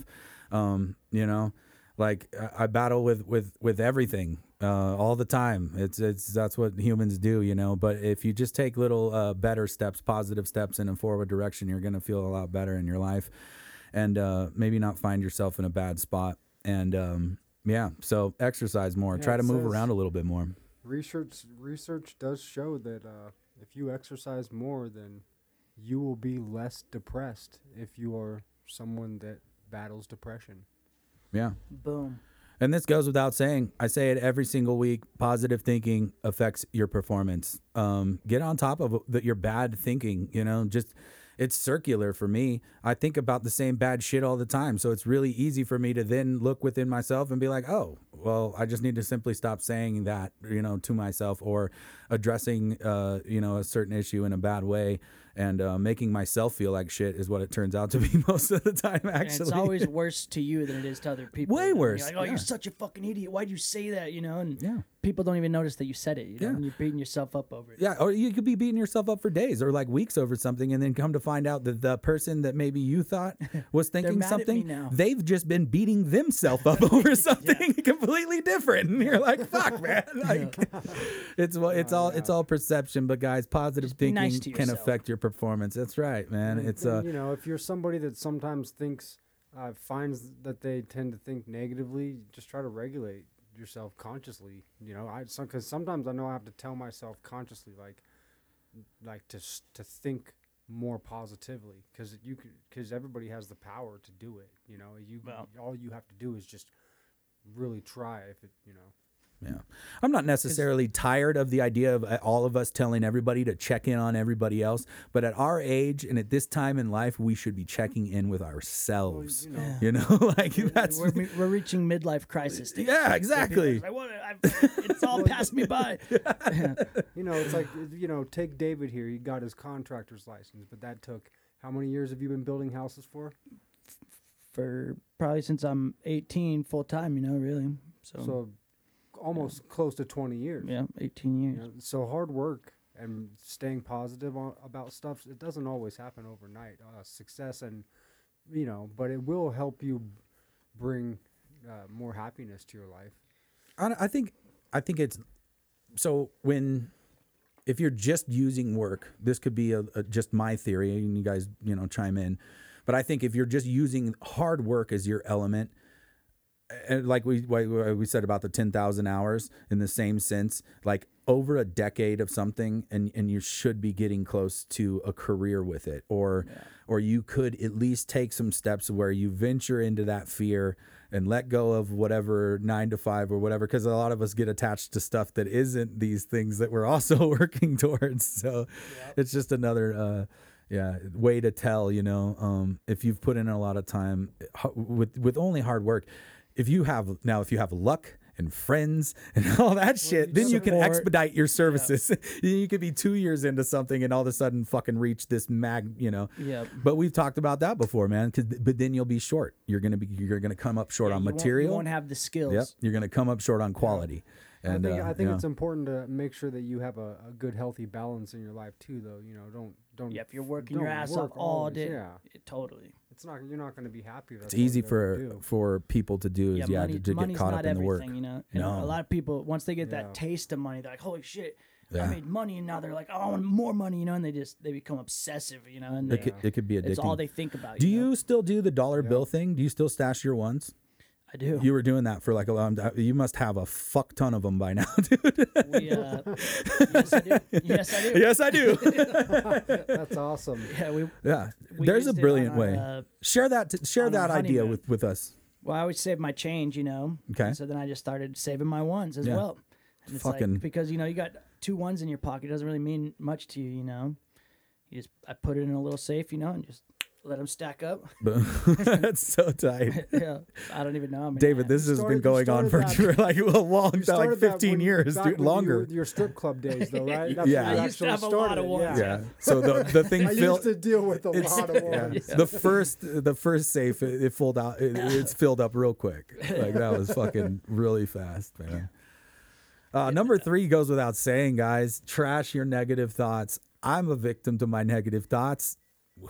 Um, you know, like I, I battle with with with everything uh, all the time. It's it's that's what humans do, you know. But if you just take little uh, better steps, positive steps in a forward direction, you're gonna feel a lot better in your life, and uh, maybe not find yourself in a bad spot. And um, yeah, so exercise more.
Yeah,
Try
it
to move
says-
around a little bit more.
Research research does show that uh, if you exercise more, then you will be less depressed if you are someone that battles depression.
Yeah.
Boom.
And this goes without saying. I say it every single week. Positive thinking affects your performance. Um, get on top of the, your bad thinking. You know, just it's circular for me. I think about the same bad shit all the time, so it's really easy for me to then look within myself and be like, "Oh, well, I just need to simply stop saying that." You know, to myself or addressing, uh, you know, a certain issue in a bad way and uh, making myself feel like shit is what it turns out to be most of the time.
And
Actually,
it's always worse to you than it is to other people.
Way
you know? You're
worse,
Like, oh,
yeah.
you're such a fucking idiot. Why do you say that? You know, and
Yeah.
people don't even notice that you said it. You know,
Yeah.
and you're beating yourself up over it.
Yeah, or you could be beating yourself up for days or like weeks over something, and then come to find out that the person that maybe you thought was thinking
mad at me
something,
now.
they've just been beating themselves up over something completely different, and you're like, "Fuck, man!" Like, it's well, it's all it's all perception. But guys, positive
Oh, be
thinking
nice to
can
yourself. Mm-hmm.
affect your performance. That's right, man. It's
And,
uh,
you know, if you're somebody that sometimes thinks uh, finds that they tend to think negatively, just try to regulate yourself consciously. You know, I because sometimes I know I have to tell myself consciously, like, like to s- to think more positively because you because everybody has the power to do it. You know, you
Well-
all you have to do is just really try. If it, you know,
Yeah. I'm not necessarily tired of the idea of uh, all of us telling everybody to check in on everybody else, but at our age and at this time in life, we should be checking in with ourselves. you, know. like that's
We're, we're reaching midlife crisis. stage.
Yeah, exactly.
I want I, it's all passed me by.
you know, it's like you know, take David here. He got his contractor's license, but that took. How many years have you been building houses for?
For probably since I'm 18, full time. You know, really. So,
so almost close to 20 years
yeah, 18 years.
you know, so hard work and staying positive on, about stuff it doesn't always happen overnight uh, success and you know but it will help you bring uh, more happiness to your life
I, I think I think it's so when if you're just using work, this could be a, a, just my theory, and you guys you know chime in. But I think if you're just using hard work as your element, and like we why- why we said about the 10,000 hours in the same sense like over a decade of something and and you should be getting close to a career with it or or you could at least take some steps where you venture into that fear and let go of whatever 9 to 5 or whatever cuz a lot of us get attached to stuff that isn't these things that we're also working towards so it's just another uh yeah way to tell you know um, if you've put in a lot of time h- with with only hard work if you have now if you have luck and friends and all that shit then you can
support-
expedite your services you could be two years into something and all of a sudden fucking reach this mag you know
Yep.
but we've talked about that before man 'cause- but then you'll be short you're gonna be you're gonna come up short on
You won't-
material
You won't have the skills.
yep you're gonna come up short on quality and
i think,
uh,
I think
yeah.
it's important to make sure that you have a, a good healthy balance in your life too though you know don't don't
Yeah, if you're working your
don't
ass off
work
all
always,
day,
yeah
it- totally.
it's not you're not going to be happy if
it's easy for
do.
for people to do is yeah,
money-
to, to get
money's
caught up
not
in the work
everything, You know, And
No.
a lot of people once they get
Yeah.
that taste of money, they're like, "Holy shit, I
Yeah.
made money!" And now they're like, "Oh, I want more money," you know, and they just they become obsessive, you know, and
it,
they,
could, it could be addicting
it's all they think about.
Do
you? know?
you still do the dollar bill thing? Do you still stash your ones?
I do.
You were doing that for like a long time. You must have a fuck ton of them by now, dude.
We, uh, yes, I do. Yes, I do.
yes, I do.
that's awesome
Yeah, we,
yeah,
We
there's a
used it
brilliant
on our,
way.
uh,
share that. t- share
on our
that idea
honeymoon.
with with us.
well, I always save my change, you know.
Okay.
And so then I just started saving my ones as
Yeah.
well. And it's
Fucking-
like because you know you got two ones in your pocket it doesn't really mean much to you, you know. You just I put it in a little safe, you know, and just let them stack up.
Boom. That's so tight.
yeah, I don't even know. I mean,
David, this has
started-
been
you
going on
started
for,
that-
for like a long
You
time, like
started that
15
when-
years,
back
dude,
when you were
longer.
with your strip club days, though, right? That's
Yeah.
when you
I
used to
actually
have a lot
started,
of ones.
yeah. So the the thing
I
filled.
used to deal with a
It's-
lot of
yeah.
ones.
The first, the first safe, it, it filled out. It, it's filled up real quick. Like that was fucking really fast, man. Uh, number three goes without saying, guys. Trash your negative thoughts. I'm a victim to my negative thoughts.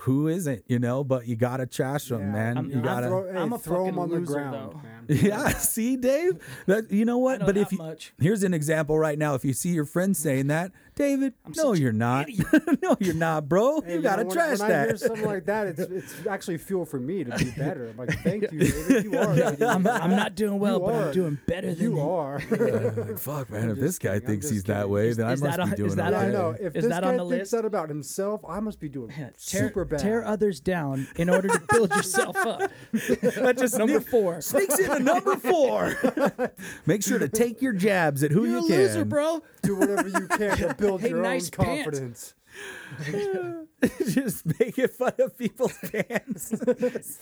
Who isn't, you know? But you gotta trash them,
Yeah,
man.
I'm-
you
I'm
gotta.
throw, hey,
I'm a
throw 'em
fucking
on the
loser,
ground,
though.
man.
yeah, see, Dave. That you know what?
know
but if
that
you
much.
here's an example right now. If you see your friend saying that, David, no,
such an
you're not. no, you're not, bro.
Hey,
you
know,
gotta
when,
trash
when I hear
that.
something like that, it's it's actually fuel for me to be better. I'm like, thank you, David. You are. David.
I'm, I'm not doing well,
You
but
are.
I'm doing better than
You are.
Like, fuck, man.
I'm
if this
just
guy
kidding, I'm
thinks
just
he's that
kidding.
way,
Is-
then
is
I must
that
be
on- is
doing
that
Yeah,
on-
I
okay.
know. If
Is
this
that
guy
on the
thinks
list?
that about himself, I must be doing
Tear,
super bad.
tear others down in order to build yourself up.
That just
Number four.
sneaks into number four. Make sure to take your jabs at who
You're a
you can.
loser, bro.
Do whatever you can to build
Hey,
your
nice
own
pants.
confidence.
just making fun of people's pants.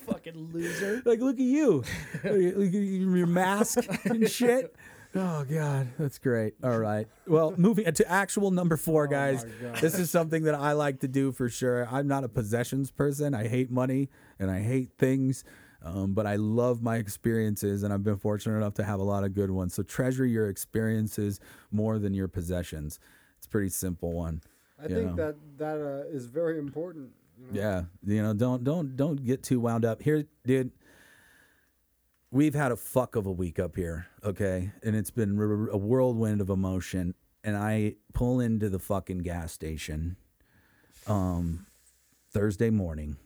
Fucking loser.
like, look at you, Look at- look at your mask and shit. Oh God, that's great. All right. Well, moving to actual number four, guys.
God.
this is something that I like to do for sure. I'm not a possessions person. I hate money and I hate things, um, but I love my experiences, and I've been fortunate enough to have a lot of good ones. So treasure your experiences more than your possessions. It's a pretty simple one.
I
you
think
know?
that that uh, is very important. you know?
Yeah, you know, don't don't don't get too wound up. Here, dude, we've had a fuck of a week up here, okay, and it's been r- a whirlwind of emotion. And I pull into the fucking gas station, um, Thursday morning,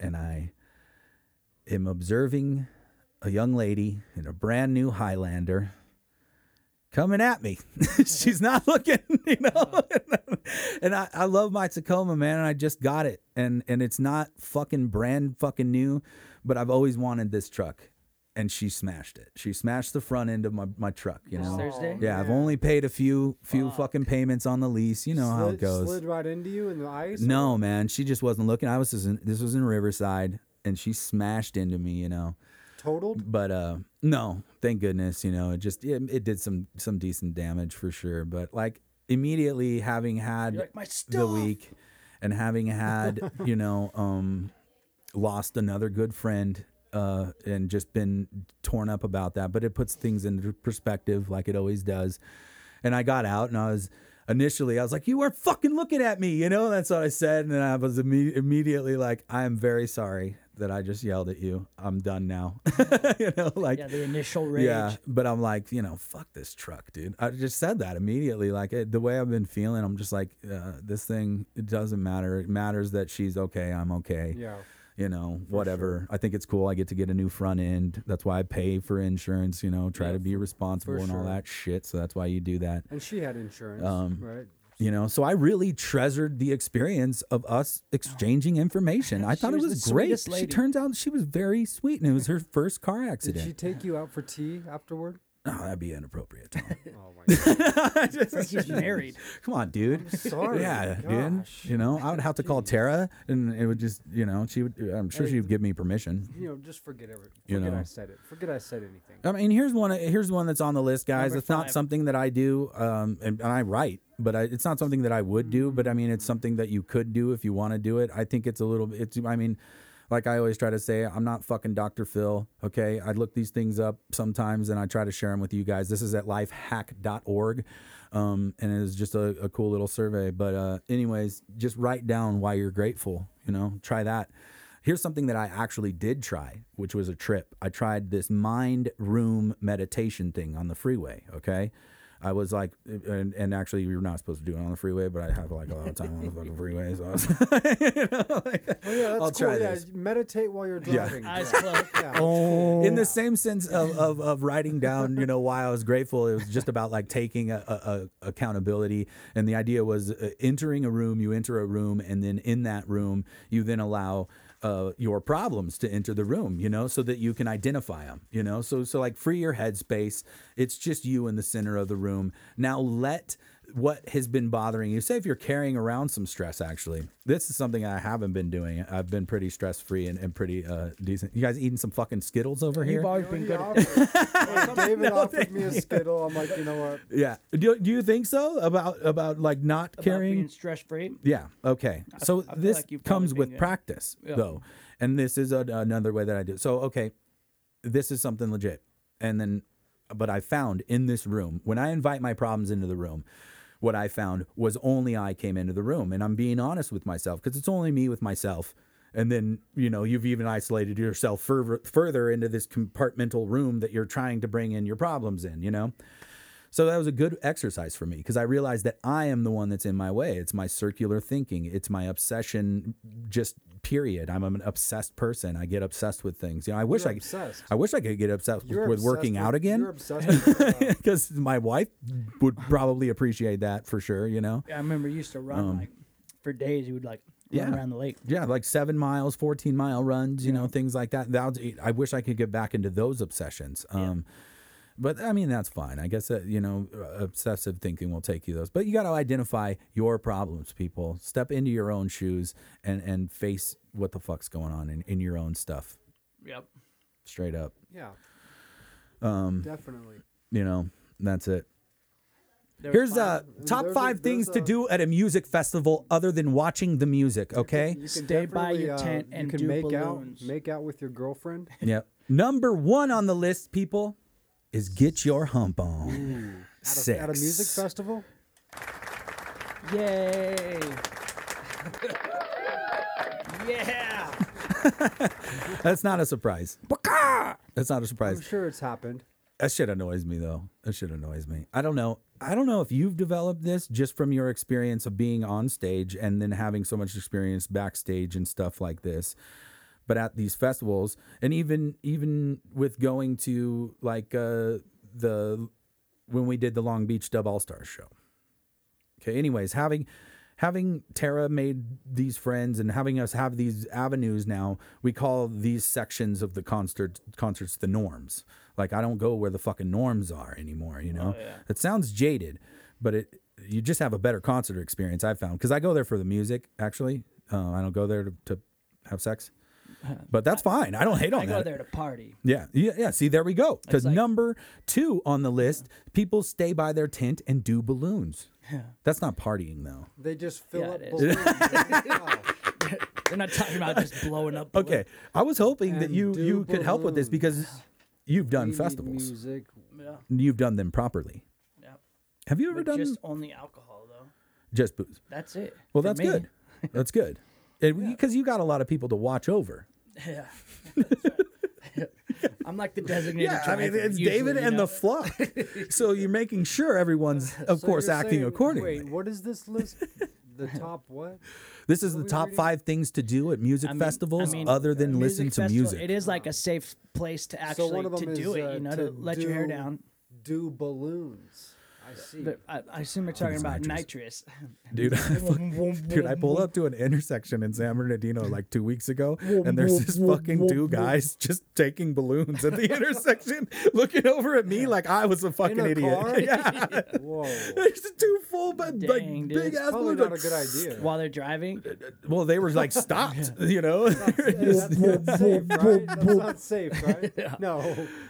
and I am observing a young lady in a brand new Highlander coming at me. She's not looking, you know. and I, I love my Tacoma, man. And I just got it, and and it's not fucking brand fucking new, but I've always wanted this truck, and she smashed it. She smashed the front end of my my truck, you
This
know.
Thursday.
Yeah, I've only paid a few few fucking payments on the lease. You know how
Slid,
it goes.
slid right into you in the ice.
No, man, she just wasn't looking. I was just in, this was in Riverside, and she smashed into me, you know.
Totaled.
But uh, no, thank goodness, you know, it just it, it did some some decent damage for sure. But like immediately having had
You're like, "My
the
stuff!"
week, and having had you know um, lost another good friend. Uh, and just been torn up about that, but it puts things into perspective like it always does and I got out and I was initially I was like, "You weren't fucking looking at me," you know. That's what I said, and then I was imme- immediately like, "I am very sorry that I just yelled at you. I'm done now." you know, like
Yeah, the initial rage.
yeah, but I'm like, you know, fuck this truck, dude. I just said that immediately. Like it, the way I've been feeling, I'm just like, uh, this thing. It doesn't matter. It matters that she's okay. I'm okay.
Yeah.
You know, whatever. I think it's cool. I get to get a new front end. That's why I pay for insurance. You know, try to be responsible and all
sure.
that shit. So that's why you do that
And she had insurance,
Um,
right?
you know so i really treasured the experience of us exchanging information i thought it
was
was,
the
great
sweetest
she
lady.
turns out she was very sweet and it was her first car
Did
accident
she take you out for tea afterward?
oh, that'd be inappropriate Tom.
Oh my god!
He's married.
come on dude
Sorry.
yeah
gosh.
dude you know i would have to call tara and it would just you know she would i'm sure
Hey,
she would give me permission
You know, just forget everything.
You
Forget
know. Uh,
I said it. Forget I said anything.
I mean, here's one. Here's one that's on the list, guys.
Number
it's not
five.
something that I do, um, and, and I write, but I, it's not something that I would do. But I mean, it's something that you could do if you want to do it. I think it's a little. bit- It's. I mean, like I always try to say, I'm not fucking Dr. Phil. Okay, I look these things up sometimes, and I try to share them with you guys. This is at lifehack.org, um, and it is just a, a cool little survey. But uh, anyways, just write down why you're grateful. You know, try that. Here's something that I actually did try, which was a trip. I tried this mind room meditation thing on the freeway. Okay. I was like, and, and actually, you're not supposed to do it on the freeway, but I have like a lot of time on the fucking freeway. So I was, you know, like,
Oh, yeah, that's
I'll
cool.
try
yeah,
this.
meditate while you're driving.
Eyes
Yeah.
closed.
Yeah.
in the same sense of, of, of writing down, you know, why I was grateful. It was just about like taking a, a, a accountability. And the idea was uh, entering a room, you enter a room, and then in that room, you then allow uh, your problems to enter the room, you know, so that you can identify them, you know. So, so like free your headspace. It's just you in the center of the room. Now let what has been bothering you. Say if you're carrying around some stress, actually, this is something I haven't been doing. I've been pretty stress free and, and pretty uh, decent. You guys eating some fucking Skittles over here?
You've always
When
been
he
good at
offered- when David offered me a skittle. I'm like, you know what?
yeah. Do, do you think so about about like not
about being
carrying?
stress free.
Yeah. Okay. So
I feel
this
like you've probably
comes
been
with
good.
practice though, and this is a, another way that I do. it. So okay, this is something legit, and then but I found in this room when I invite my problems into the room, what I found was only I came into the room, and I'm being honest with myself because it's only me with myself. And then you know you've even isolated yourself further further into this compartmental room that you're trying to bring in your problems in. You know. So that was a good exercise for me because I realized that I am the one that's in my way. It's my circular thinking, it's my obsession, just period. I'm an obsessed person. I get obsessed with things. You know, I wish
You're
I
obsessed.
I wish I could get obsessed
You're
with working
obsessed
out
with- You're
again
obsessed with working out.
because my wife would probably appreciate that for sure, you know.
I remember you used to run like for days. You would like run
Um, Yeah.
around the lake.
Yeah, like 7 miles, 14 mile runs, you know, things like that. that was, I wish I could get back into those obsessions. Um But I mean, that's fine. I guess, that, you know, uh, obsessive thinking will take you those. But you got to identify your problems, people. Step into your own shoes and, and face what the fuck's going on in, in your own stuff,
Yep.
straight up.
Yeah.
Um,
Definitely.
You know, that's it.
There was
Here's
five-
uh, top
There's a-
five things
there's
to
a-
do at a music festival other than watching the music, okay?
You
Stay by
definitely,
your
uh,
tent
you
and
can
do
make
balloons.
out, make out with your girlfriend.
Yep. Number one on the list, people, is get your hump on.
At a, at a music
Six.
festival.
uh,
Yay! yeah!
That's not a surprise. That's not a
I'm
surprise.
sure it's happened.
That shit annoys me though. That shit annoys me. I don't know. I don't know if you've developed this just from your experience of being on stage and then having so much experience backstage and stuff like this. But at these festivals, and even even with going to like uh, the when we did the Long Beach Dub All Star show. Okay. Anyways, having having Tara made these friends and having us have these avenues now, we call these sections of the concert concerts the norms. Like I don't go where the fucking norms are anymore. You
Oh,
know, it sounds jaded, but it you just have a better concert experience. I found because I go there for the music. Actually, uh, I don't go there to, to have sex. But that's fine. I don't hate on
I
that.
go there to party.
Yeah, yeah, yeah. See, there we go. Because
like-
number two on the list, people stay by their tent and do balloons. That's not partying though.
They just fill
Yeah,
up.
it
balloons.
is.
Yeah.
They're not talking about just blowing up.
Okay, I was hoping that
And
you
do
you could help with this because you've
We
done
need
festivals.
Music.
balloons.
You've done them properly.
Yeah, yeah.
Have you ever
But
done
just
just,
only alcohol, though.
booze?
That's it.
Well,
for
that's
me.
good. That's good. Because you got a lot of people to watch over.
Yeah. I'm like the designated.
Yeah, I mean
driver,
it's
usually,
David
you
and
know?
the flock. so you're making sure everyone's, of
So
course,
you're
acting
saying-
accordingly.
Wait, what is this list? the top what?
This is the
we
top
reading?
five things to do at music
I mean-
festivals
I mean, uh,
other than
music
listen to
festival,
music.
It is like a safe place to actually
one of them
to
is,
do it.
uh,
you know, to,
to
let your hair
do-
down.
Do balloons. I see.
But I, I assume you're talking
it's
about
nitrous.
nitrous.
Dude, I, dude, I pulled up to an intersection in San Bernardino like two weeks ago, and there's this fucking two guys just taking balloons at the intersection, looking over at me like I was a fucking
a
idiot.
car?
yeah.
Whoa.
There's two full, but like
Dang, dude.
big
It's
ass
Probably
balloons.
not a
like,
good idea.
While they're driving,
Well, they were like stopped, you know.
That's not safe, right? That's not safe, right? No.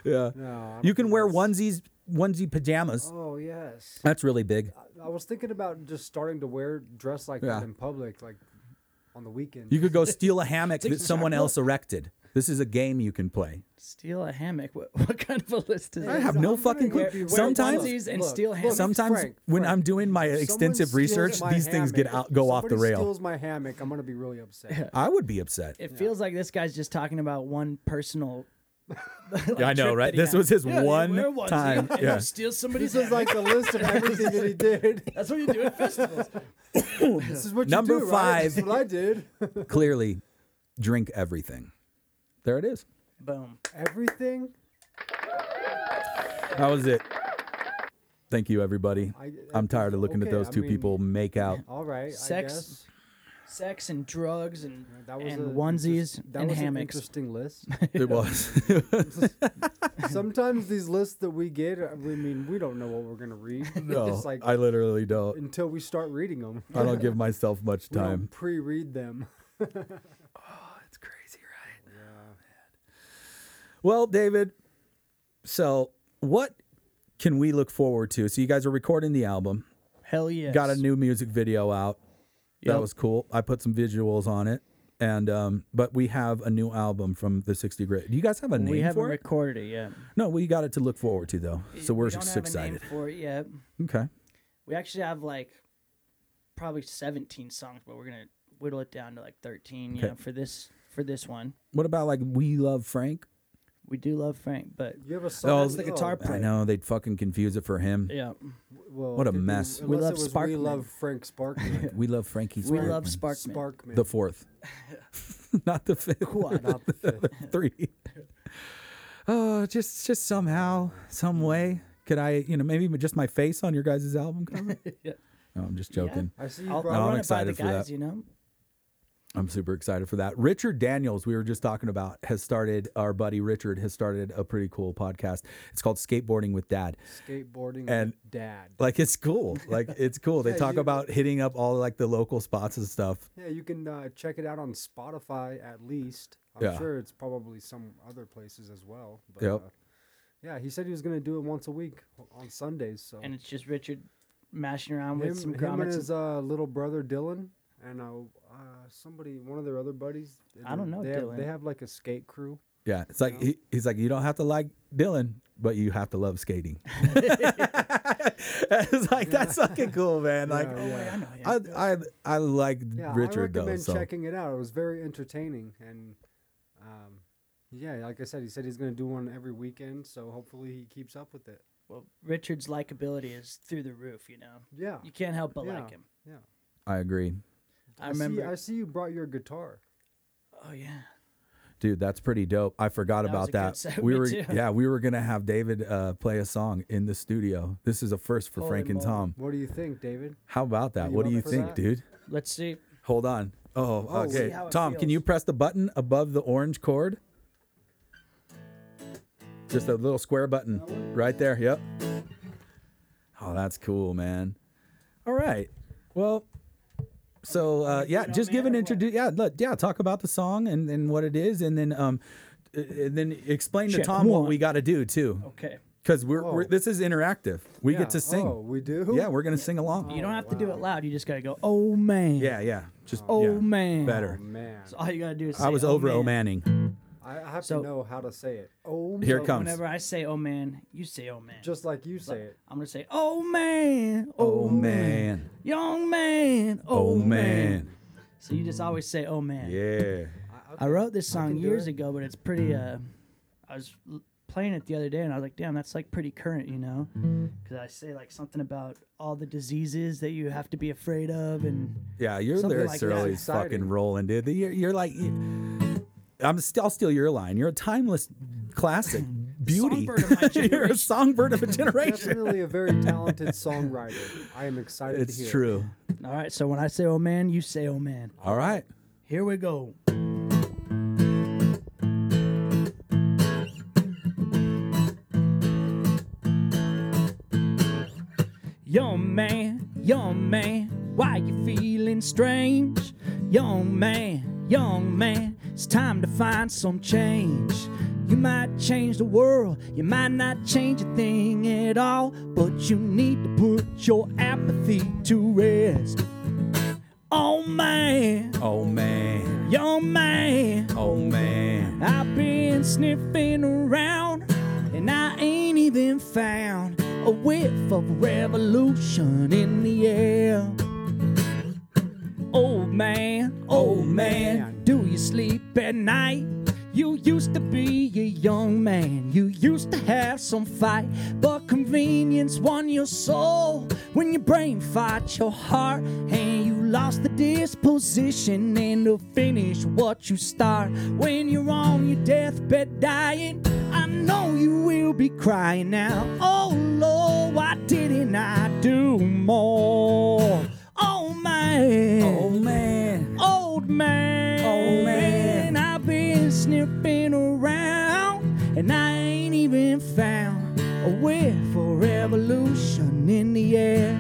yeah,
No. I
you
don't
can
think
wear
that's-
onesies, onesie pajamas.
Oh yes.
That's really big.
I was thinking about just starting to wear dress like
Yeah.
that in public, like on the weekend.
You could go steal a hammock
Take
that
some
someone
chocolate.
else erected. This is a game you can play.
steal a hammock. What, what kind of a list is
I
that?
have
no
I'm gonna
fucking clue.
wear- wear
Sometimes-
onesies
Look, look, Well,
Sometimes
Frank,
when
Frank,
I'm doing my
if someone
extensive
steals
research,
my
these things get
hammock,
out, go off the
somebody
rail.
Steals my hammock, I'm gonna be really upset.
I would be upset.
It feels like this guy's just talking about one personal.
I know, right? This was his one time. Yeah.
steal somebody's.
this is like the list of everything that he did.
that's what you do at festivals.
This is what
Number
you do, right? This
five.
is what I did.
Clearly, drink everything. There it is.
Boom.
everything.
That was it. Thank you, everybody.
I-
I'm tired of looking at
okay,
those
I
two
mean-
people make out.
All right.
Sex.
I guess.
Sex and drugs and
That was
and
a-
onesies
that
and
was an
hammocks.
interesting list.
It was.
Sometimes these lists that we get, I mean, we don't know what we're gonna read.
no,
it's like
I literally don't.
until we start reading them.
I don't give myself much
We
time.
don't pre-read them.
It's crazy, right? Well, David, so what can we look forward to? So you guys are recording the album,
Hell yeah.
got a new music video out. That
Yep.
was cool. I put some visuals on it. And um, but we have a new album from the 60 Great. Do you guys have a name
we haven't
for it?
recorded it yet.
no, we got it to look forward to though. So we're
we don't
just
have
excited.
A name for it yet.
Okay.
We actually have like probably 17 songs, but we're gonna whittle it down to like 13. You
Okay.
know, for this for this one,
What about like We Love Frank?
we do love Frank, but
You have a song.
Oh,
that's the
with
guitar
love.
I
Right.
know they'd fucking confuse it for him.
yeah,
Well,
What a
if it-
mess. We
unless
love
it was We
Sparkman.
love Frank Sparkman.
We love Frankie.
we
Sparkman.
love Sparkman.
Sparkman.
The fourth, not the fifth.
Quad.
Not the fifth.
three. Oh, just just somehow, some way, could I, you know, maybe just my face on your guys' album cover?
Yeah.
No, I'm just joking.
I see you
I'll, I'll
brought
No, I'm
run it by the
excited for that.
guys, you know.
I'm super excited for that. Richard Daniels, we were just talking about, has started. Our buddy Richard has started a pretty cool podcast. It's called Skateboarding with Dad.
skateboarding
And-
and dad.
Like it's cool. Like it's cool. They
Yeah,
talk
you-
about hitting up all like the local spots and stuff.
Yeah, you can uh, check it out on Spotify at least. I'm
Yeah.
sure it's probably some other places as well. But,
Yep.
uh, yeah, he said he was going to do it once a week on Sundays. So
And it's just Richard mashing around
him,
with some
him and
grommets.
his uh, little brother Dylan and uh, uh, somebody, one of their other buddies. and
I don't know
They, Have,
Dylan.
they have like a skate crew.
Yeah. It's like he, he's like, you don't have to like Dylan, but you have to love skating. it's like that's fucking cool, man. Like
Yeah,
oh,
yeah.
wait, I know him.
I I I like
Yeah,
Richard
I
though.
recommend
So
checking it out. It was very entertaining, and um, yeah, like I said, he said he's going to do one every weekend. So hopefully he keeps up with it.
well, Richard's likability is through the roof, you know.
Yeah,
You can't help but
Yeah.
like him.
yeah.
I agree,
I,
see-
remember.
I see you brought your guitar.
oh yeah,
dude. That's pretty dope. I forgot
That was
about
a good
that.
set,
we
me
were
too.
yeah, we were gonna have David uh, play a song in the studio. This is a first for
Holy
Frank and
moly.
Tom.
What do you think, David?
How about that?
you
what do
up
you
for
think,
that?
dude?
let's see.
Hold on. Oh,
Oh, see
okay.
how it
Tom, can
feels.
you press the button above the orange cord? Just a little square button right there. Yep. Oh, that's cool, man. All right. Well, so uh, yeah,
it on
just
there
give an
or what?
introduce. Yeah, look, yeah, talk about the song and, and what it is, and then um, uh, and then explain to
Check
Tom what
one.
we got to do too,
Okay,
because we're, we're
Oh.
this is interactive. We
Yeah.
get to sing.
Oh, we do.
Yeah, we're gonna sing along.
you don't have to do it loud. You just gotta go. Oh man.
Oh, Yeah, yeah. Just
Oh
yeah.
man.
better.
man.
So all you gotta do is. Say,
I was
oh,
over
man.
oh manning.
I I have
So-
to know how to say it. Oh,
Here
man.
it comes.
Whenever I say oh man, you say oh man.
Just like you say it.
I'm gonna say oh man.
Oh man.
Young man.
Oh man.
So you just always say oh man.
Yeah.
I wrote this song
can do
years
it.
ago, but it's pretty. Uh, I was l- playing it the other day, and I was like, "Damn, that's like pretty current," you know? Because I say like something about all the diseases that you have to be afraid of, and
Yeah, your
Something
lyrics
like
are
that.
always
Exciting.
fucking rolling, dude. You're, you're like, I'm still, I'll steal your line. You're a timeless classic beauty.
Songbird of my
you're a
generation.
songbird of a generation.
Definitely a very talented songwriter. I am excited to
it's
hear. it.
true.
all right. So when I say "oh man," you say "oh man."
All right.
Here we go. Young man, young man, why you feeling strange? Young man, young man, it's time to find some change. You might change the world, you might not change a thing at all, but you need to put your apathy to rest. Oh man,
Oh man.
young man.
Oh man.
I've been sniffing around and I ain't even found a whiff of revolution in the air. Old man, old man, do you sleep at night? You used to be a young man, you used to have some fight, but convenience won your soul when your brain fought your heart and you lost the disposition and to finish what you start when you're on your deathbed dying. I know you will be crying now. Oh Lord, why didn't I do more? Oh man,
Oh man.
old man.
Old man.
I've been sniffing around and I ain't even found a whiff for revolution in the air.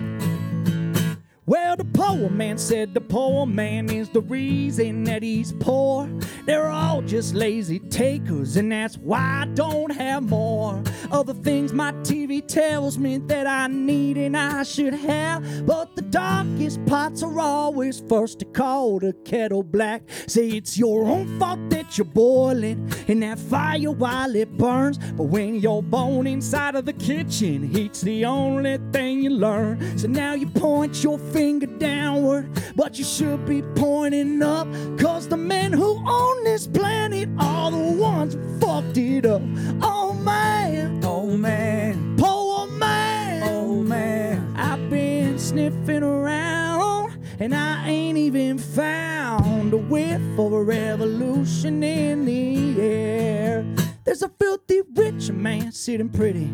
Well, the poor poor man said the poor man is the reason that he's poor. They're all just lazy takers, and that's why I don't have more. Other things my TV tells me that I need and I should have, but the darkest parts are always first to call the kettle black. Say it's your own fault that you're boiling in that fire while it burns, but when your bone inside of the kitchen heat's the only thing you learn. So now you point your finger downward, but you should be pointing up. Cause the men who own this planet are the ones who fucked it up. Oh man,
Oh man,
poor man,
oh man.
I've been sniffing around and I ain't even found a whiff of a revolution in the air. There's a filthy rich man sitting pretty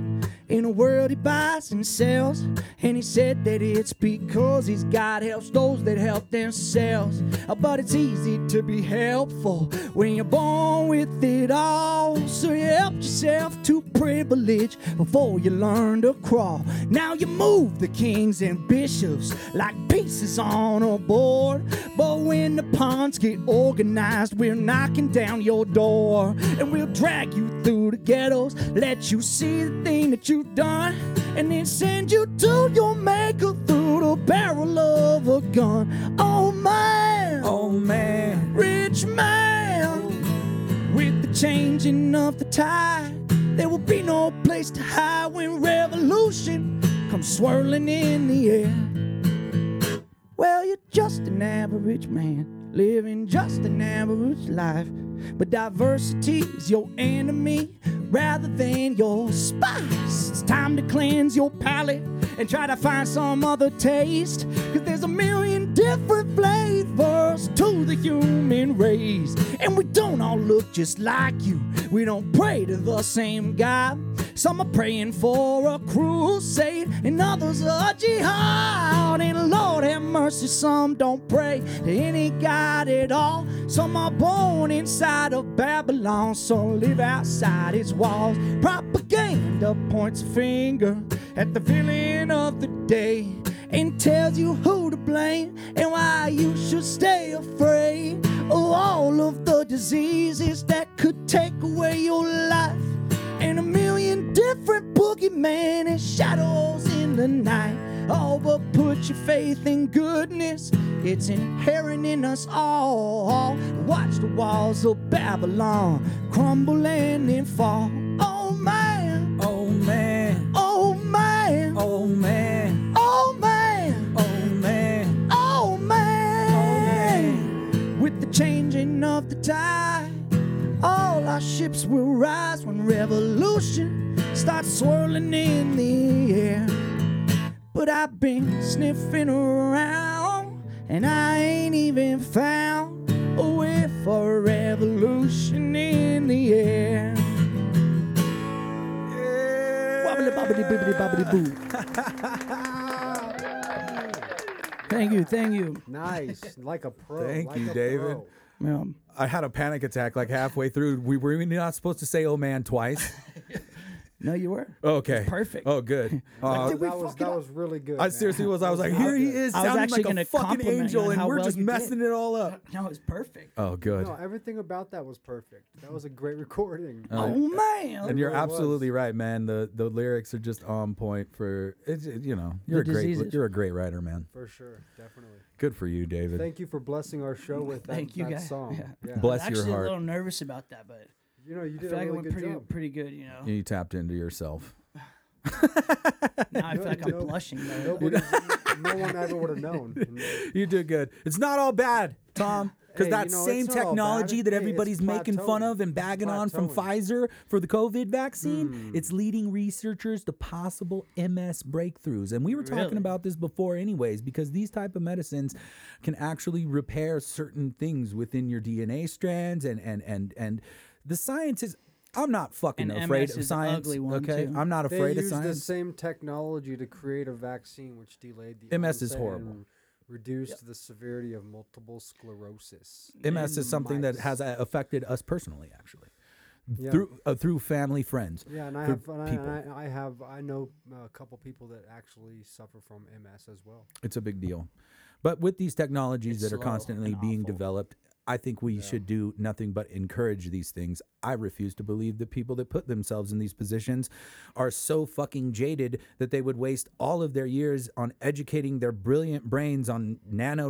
in a world he buys and sells. And he said that it's because his God helps those that help themselves. Uh, But it's easy to be helpful when you're born with it all. So you helped yourself to privilege before you learn to crawl. Now you move the kings and bishops like pieces on a board. But when the pawns get organized, we're knocking down your door. And we'll drag you through the ghettos, let you see the thing that you've done, and then send you to your maker through the barrel of a gun. Oh man,
Oh man,
rich man, with the changing of the tide, there will be no place to hide when revolution comes swirling in the air. Well, you're just an average man, living just an average life. But diversity is your enemy rather than your spice. It's time to cleanse your palate and try to find some other taste. Cause there's a million different flavors to the human race. And we don't all look just like you. We don't pray to the same God. Some are praying for a crusade, and others a jihad. And Lord have mercy, some don't pray to any God at all. Some are born inside of Babylon, some live outside its walls. Propaganda points a finger at the villain of the day and tells you who to blame and why you should stay afraid of all of the diseases that could take away your life and a million different boogeyman and shadows in the night. Oh, but put your faith in goodness, it's inherent in us all. Watch the walls of Babylon crumble and then fall. Oh man,
oh man,
oh man,
oh man,
oh man,
oh man.
oh man. With the changing of the tide, all our ships will rise when revolution starts swirling in the air. But I've been sniffing around and I ain't even found a whiff of a revolution in the air. Wobbly bobbly bibbly bobbly boo. Thank you, thank you.
Nice, like a pro.
Thank
like
you,
a
David.
pro.
Yeah.
I had a panic attack like halfway through. We were not supposed to say "oh man" twice.
No, you were.
Okay,
perfect.
Oh, good. Uh,
That, was, that was really good.
I
man.
seriously was. I was like,
really
here he
good.
is,
I was
sounding
actually
like
gonna
a fucking
compliment you
angel,
on
and
how
we're
well
just
you did.
messing it all up.
No, it's perfect.
Oh, good.
No, everything about that was perfect. That was a great recording.
Uh,
Oh man.
and you're
really was.
absolutely right, man. The the lyrics are just on point for it's it- you know you're
The
a great
diseases.
you're a great writer, man.
For sure, definitely.
Good for you, David.
Thank you for blessing our show with that,
Thank you,
that
guys.
song.
Yeah.
Yeah.
Bless
I'm
your
actually
heart.
a little nervous about that, but
You know, you
I feel
did a
like I
really
went
good
pretty
job.
pretty good, you know.
you tapped into yourself.
Now I feel like I'm
no.
blushing. though.
Nobody, no one ever would have known.
You did good. It's not all bad, Tom. Because
Hey, you
that
know,
same
it's not all
technology
bad.
that
Hey, it's
everybody's making fun
plateauing.
of and bagging on from
Plateauing. Hmm.
Pfizer for the COVID vaccine, it's leading researchers to possible MS breakthroughs. And we were talking
Really?
about this before anyways, because these type of medicines can actually repair certain things within your DNA strands and and and and the scientists I'm not fucking
And
afraid
MS
of
is the
science.
ugly one,
okay,
too.
I'm not
They
afraid of
used the
science.
same technology to create a vaccine, which delayed the
MS is
onset
horrible.
and Reduced the severity of multiple sclerosis.
MS is something that
mice.
has uh, affected us personally, actually,
Yeah.
through uh, through family, friends.
Yeah, and I
through
have, and I,
people.
and I, I have, I know uh, a couple people that actually suffer from MS as well.
It's a big deal. But with these technologies
It's
that are
slow
constantly
and
being
awful.
developed, I think we should do nothing but encourage these things. I refuse to believe that people that put themselves in these positions are so fucking jaded that they would waste all of their years on educating their brilliant brains on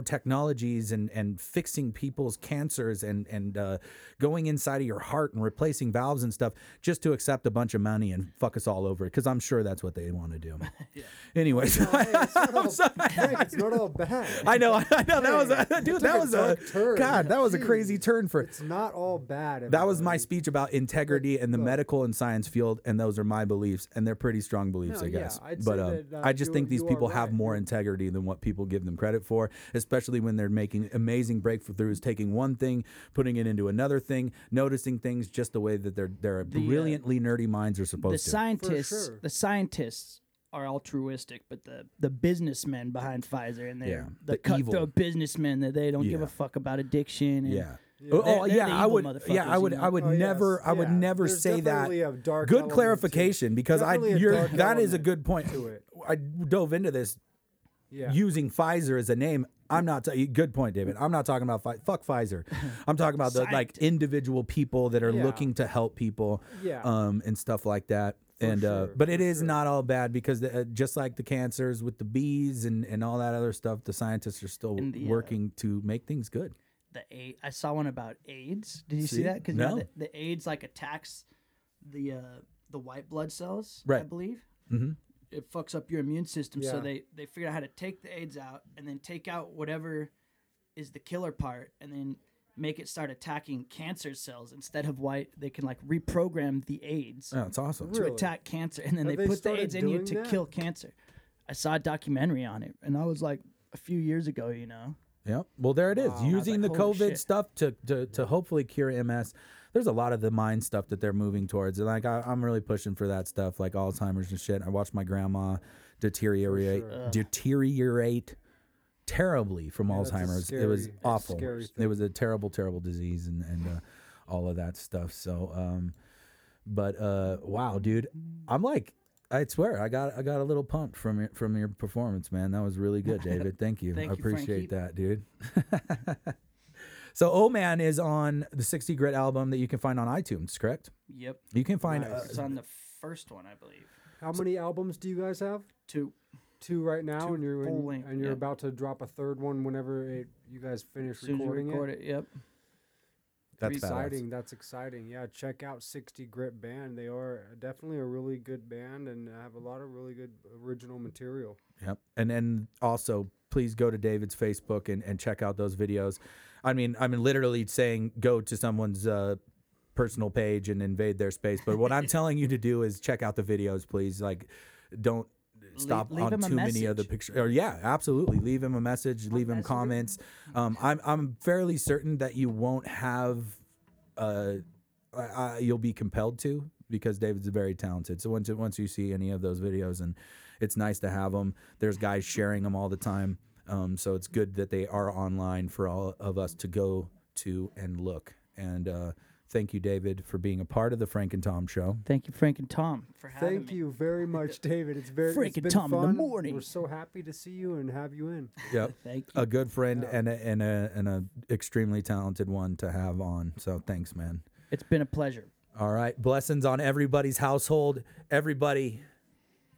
nanotechnologies and, and fixing people's cancers and, and uh, going inside of your heart and replacing valves and stuff just to accept a bunch of money and fuck us all over. Because I'm sure that's what they want to do. Anyways.
it's, not all, Frank, it's not all bad.
I know, I know. That was a dude. That
a
was a
dark turn.
god. That was a crazy turn for.
It's not all bad.
That was my
everybody.
speech about integrity in the medical and science field, and those are my beliefs, and they're pretty strong beliefs,
No,
I
yeah,
guess.
I'd
but
say
um,
that, uh,
I just
you-
think these
you are
people have
right.
more integrity than what people give them credit for, especially when they're making amazing breakthroughs, taking one thing, putting it into another thing, noticing things just the way that their their
uh,
brilliantly nerdy minds are supposed
the
to.
scientists
sure.
the scientists are altruistic but the the businessmen behind Pfizer and they're
Yeah,
the,
the
cutthroat
evil.
businessmen that they don't give
Yeah.
a fuck about addiction and
yeah.
They're-
Oh
they're
yeah,
the
I
evil
would. Yeah, I
motherfuckers,
would.
you know?
I would
Oh, yes,
never. I would
yeah.
never
There's
say that.
definitely a dark
good
element to it.
clarification because I
Definitely a
you're
dark
that is a
element
good point.
to it.
I dove into this
yeah.
using Pfizer as a name. I'm not. T- good point, David. I'm not talking about Pfi- fuck Pfizer. I'm talking about the like individual people that are
Yeah.
looking to help people,
Yeah.
um, and stuff like that. and uh,
sure,
but
for
it is
sure.
not all bad because the, uh, just like the cancers with the bees and and all that other stuff, the scientists are still
And the, uh,
working to make things good.
the a- I saw one about AIDS. Did you see,
See?
that? Because now
No.
the, the AIDS like attacks the uh, the white blood cells, I
Right.
believe. Mm-hmm. It fucks up your immune system. So
Yeah.
they they figure out how to take the AIDS out and then take out whatever is the killer part and then make it start attacking cancer cells instead of white. They can like reprogram the AIDS
Oh, it's awesome.
to attack cancer and then
Have
they,
they
put the
started
AIDS in you
doing
to
that?
kill cancer. I saw a documentary on it and I was like a few years ago, you know.
Yeah. Well, there it is. Using
like,
the
"Holy
COVID
shit."
stuff to, to to hopefully cure MS. There's a lot of the mind stuff that they're moving towards, and like I, I'm really pushing for that stuff, like Alzheimer's and shit. I watched my grandma deteriorate deteriorate terribly from
that's a
Alzheimer's. it was
scary- that's a
awful.
scary
It
thing.
was a terrible, terrible disease, and and uh, all of that stuff. So, um, but uh, wow, dude, I'm like. I swear, I got I got a little pumped from your, from your performance, man. That was really good, David. Thank you.
Thank
I
you, Frankie.
appreciate that, dude. So, O Man is on the 60 Grit album that you can find on iTunes, correct?
Yep.
You can find.
It's
Uh,
on the first one, I believe.
How many albums do you guys have?
Two.
Two right now,
Two
and you're
full
and-
length,
and you're
yeah.
about to drop a third one whenever it, you guys finish
As soon as you
recording
record
it.
it. Yep.
that's
That's
exciting.
exciting. That's exciting. Yeah, check out 60 Grit Band. They are definitely a really good band and have a lot of really good original material.
Yep. And then also, please go to David's Facebook and, and check out those videos. I mean, I'm literally saying go to someone's uh, personal page and invade their space. But what I'm telling you to do is check out the videos, please. Like, don't stop
leave
on
him a
too many other
message.
pictures. Or yeah, absolutely. Leave him a message. Leave him comments. Um, I'm I'm fairly certain that you won't have. Uh, I, I, you'll be compelled to because David's very talented. So once once you see any of those videos, and it's nice to have them. There's guys sharing them all the time. Um, so it's good that they are online for all of us to go to and look. And uh, thank you, David, for being a part of the Frank and Tom show.
Thank you, Frank and Tom, for having
Thank you very much, David. It's very
Frank
it's
and
been
Tom in the
fun.
morning.
We're so happy to see you and have you in.
Yep.
Thank you.
a good friend and a, and a and a extremely talented one to have on. So thanks, man.
It's been a pleasure.
All right, blessings on everybody's household. Everybody,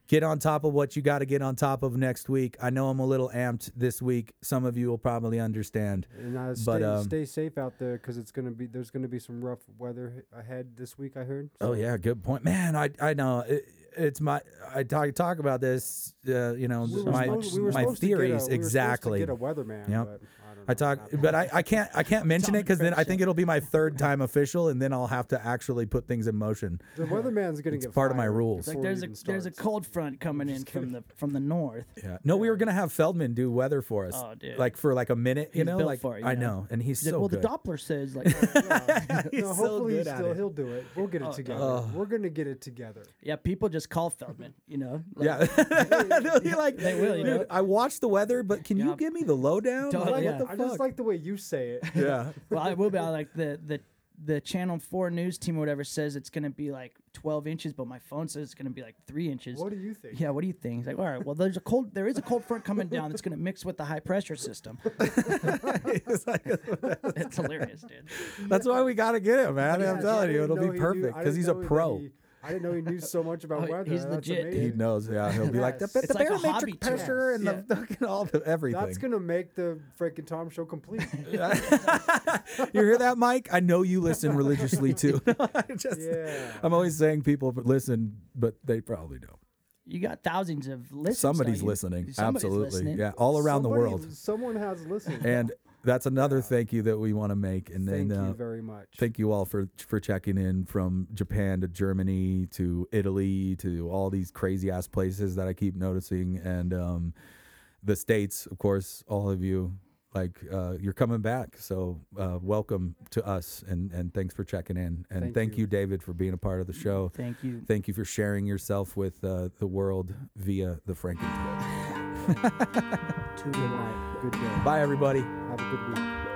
get on top of what you got to get on top of next week. I know I'm a little amped this week. Some of you will probably understand.
And uh, stay,
But, um,
stay safe out there because it's gonna be there's gonna be some rough weather h- ahead this week. I heard.
Oh yeah, good point, man. I I know it, it's my I talk talk about this. Uh, you know
we were
my
supposed, we were
my
supposed to get a- we were
theories
supposed to
exactly.
get a weatherman.
Yep.
but I, don't
I
know.
talk, but I, I can't I can't mention it because then I think it'll be my third time official, and then I'll have to actually put things in motion.
The weatherman's gonna
It's
get
part of my
fired
rules.
Like
before it
there's a
even
there's a
starts.
cold front coming in from the from the north.
Yeah. No, we were gonna have Feldman do weather for us,
Oh, dude.
like for like a minute, you
He's
know.
built
Like
for it, you
I
know?
know, and he's
He's like,
so
well,
good.
the Doppler says like,
He's
no,
so
hopefully
good
he's
at
still
it.
he'll do it. We'll
Uh,
get it together. We're gonna get it together.
yeah, people just call Feldman, you know. Like,
Yeah, they'll be like,
They will, you
"Dude,
know?
I watched the weather, but can
Yeah.
you give me the lowdown?
Don't-
Like,
yeah.
What the
I
fuck?
just like the way you say it.
yeah,
Well, I will be I like the the the Channel Four news team or whatever says it's gonna be like 12 inches, but my phone says it's gonna be like three inches.
What do you think?
Yeah, what do you think? It's like, all right, well, there's a cold, there is a cold front coming down that's gonna mix with the high pressure system.
It's like-
It's hilarious, dude.
that's why we got to get him, man.
Oh, Yeah,
I'm
see, I
telling you,
didn't
it'll
know
be
he knew-
perfect
I
because
didn't
he's a
know that
pro.
he- I didn't know he knew so much about
Oh,
weather.
he's
That's
legit, dude.
He
amazing.
knows. Yeah, he'll be like the,
Yes.
the
It's like a hobby
barometric
to
pressure
us.
and the fucking all the everything.
That's gonna make the freaking Tom show complete.
you hear that, Mike? I know you listen religiously too. I just,
Yeah.
I'm always saying people listen, but they probably don't.
You got thousands of listeners.
Somebody's listening. Absolutely. Yeah, all around the
Somebody-
world.
Someone has listened.
And that's another thank you that we want to make. And
Thank
then uh,
you very much.
thank you all for for checking in from Japan to Germany to Italy to all these crazy ass places that I keep noticing and um, the states, of course, all of you. Like uh, you're coming back, so uh, welcome to us, and and thanks for checking in, and thank,
Thank
you.
you.
David, for being a part of the show.
Thank you.
Thank you for sharing yourself with uh, the world via the Franken.
Good night. Good day.
Bye, everybody.
Have a good week.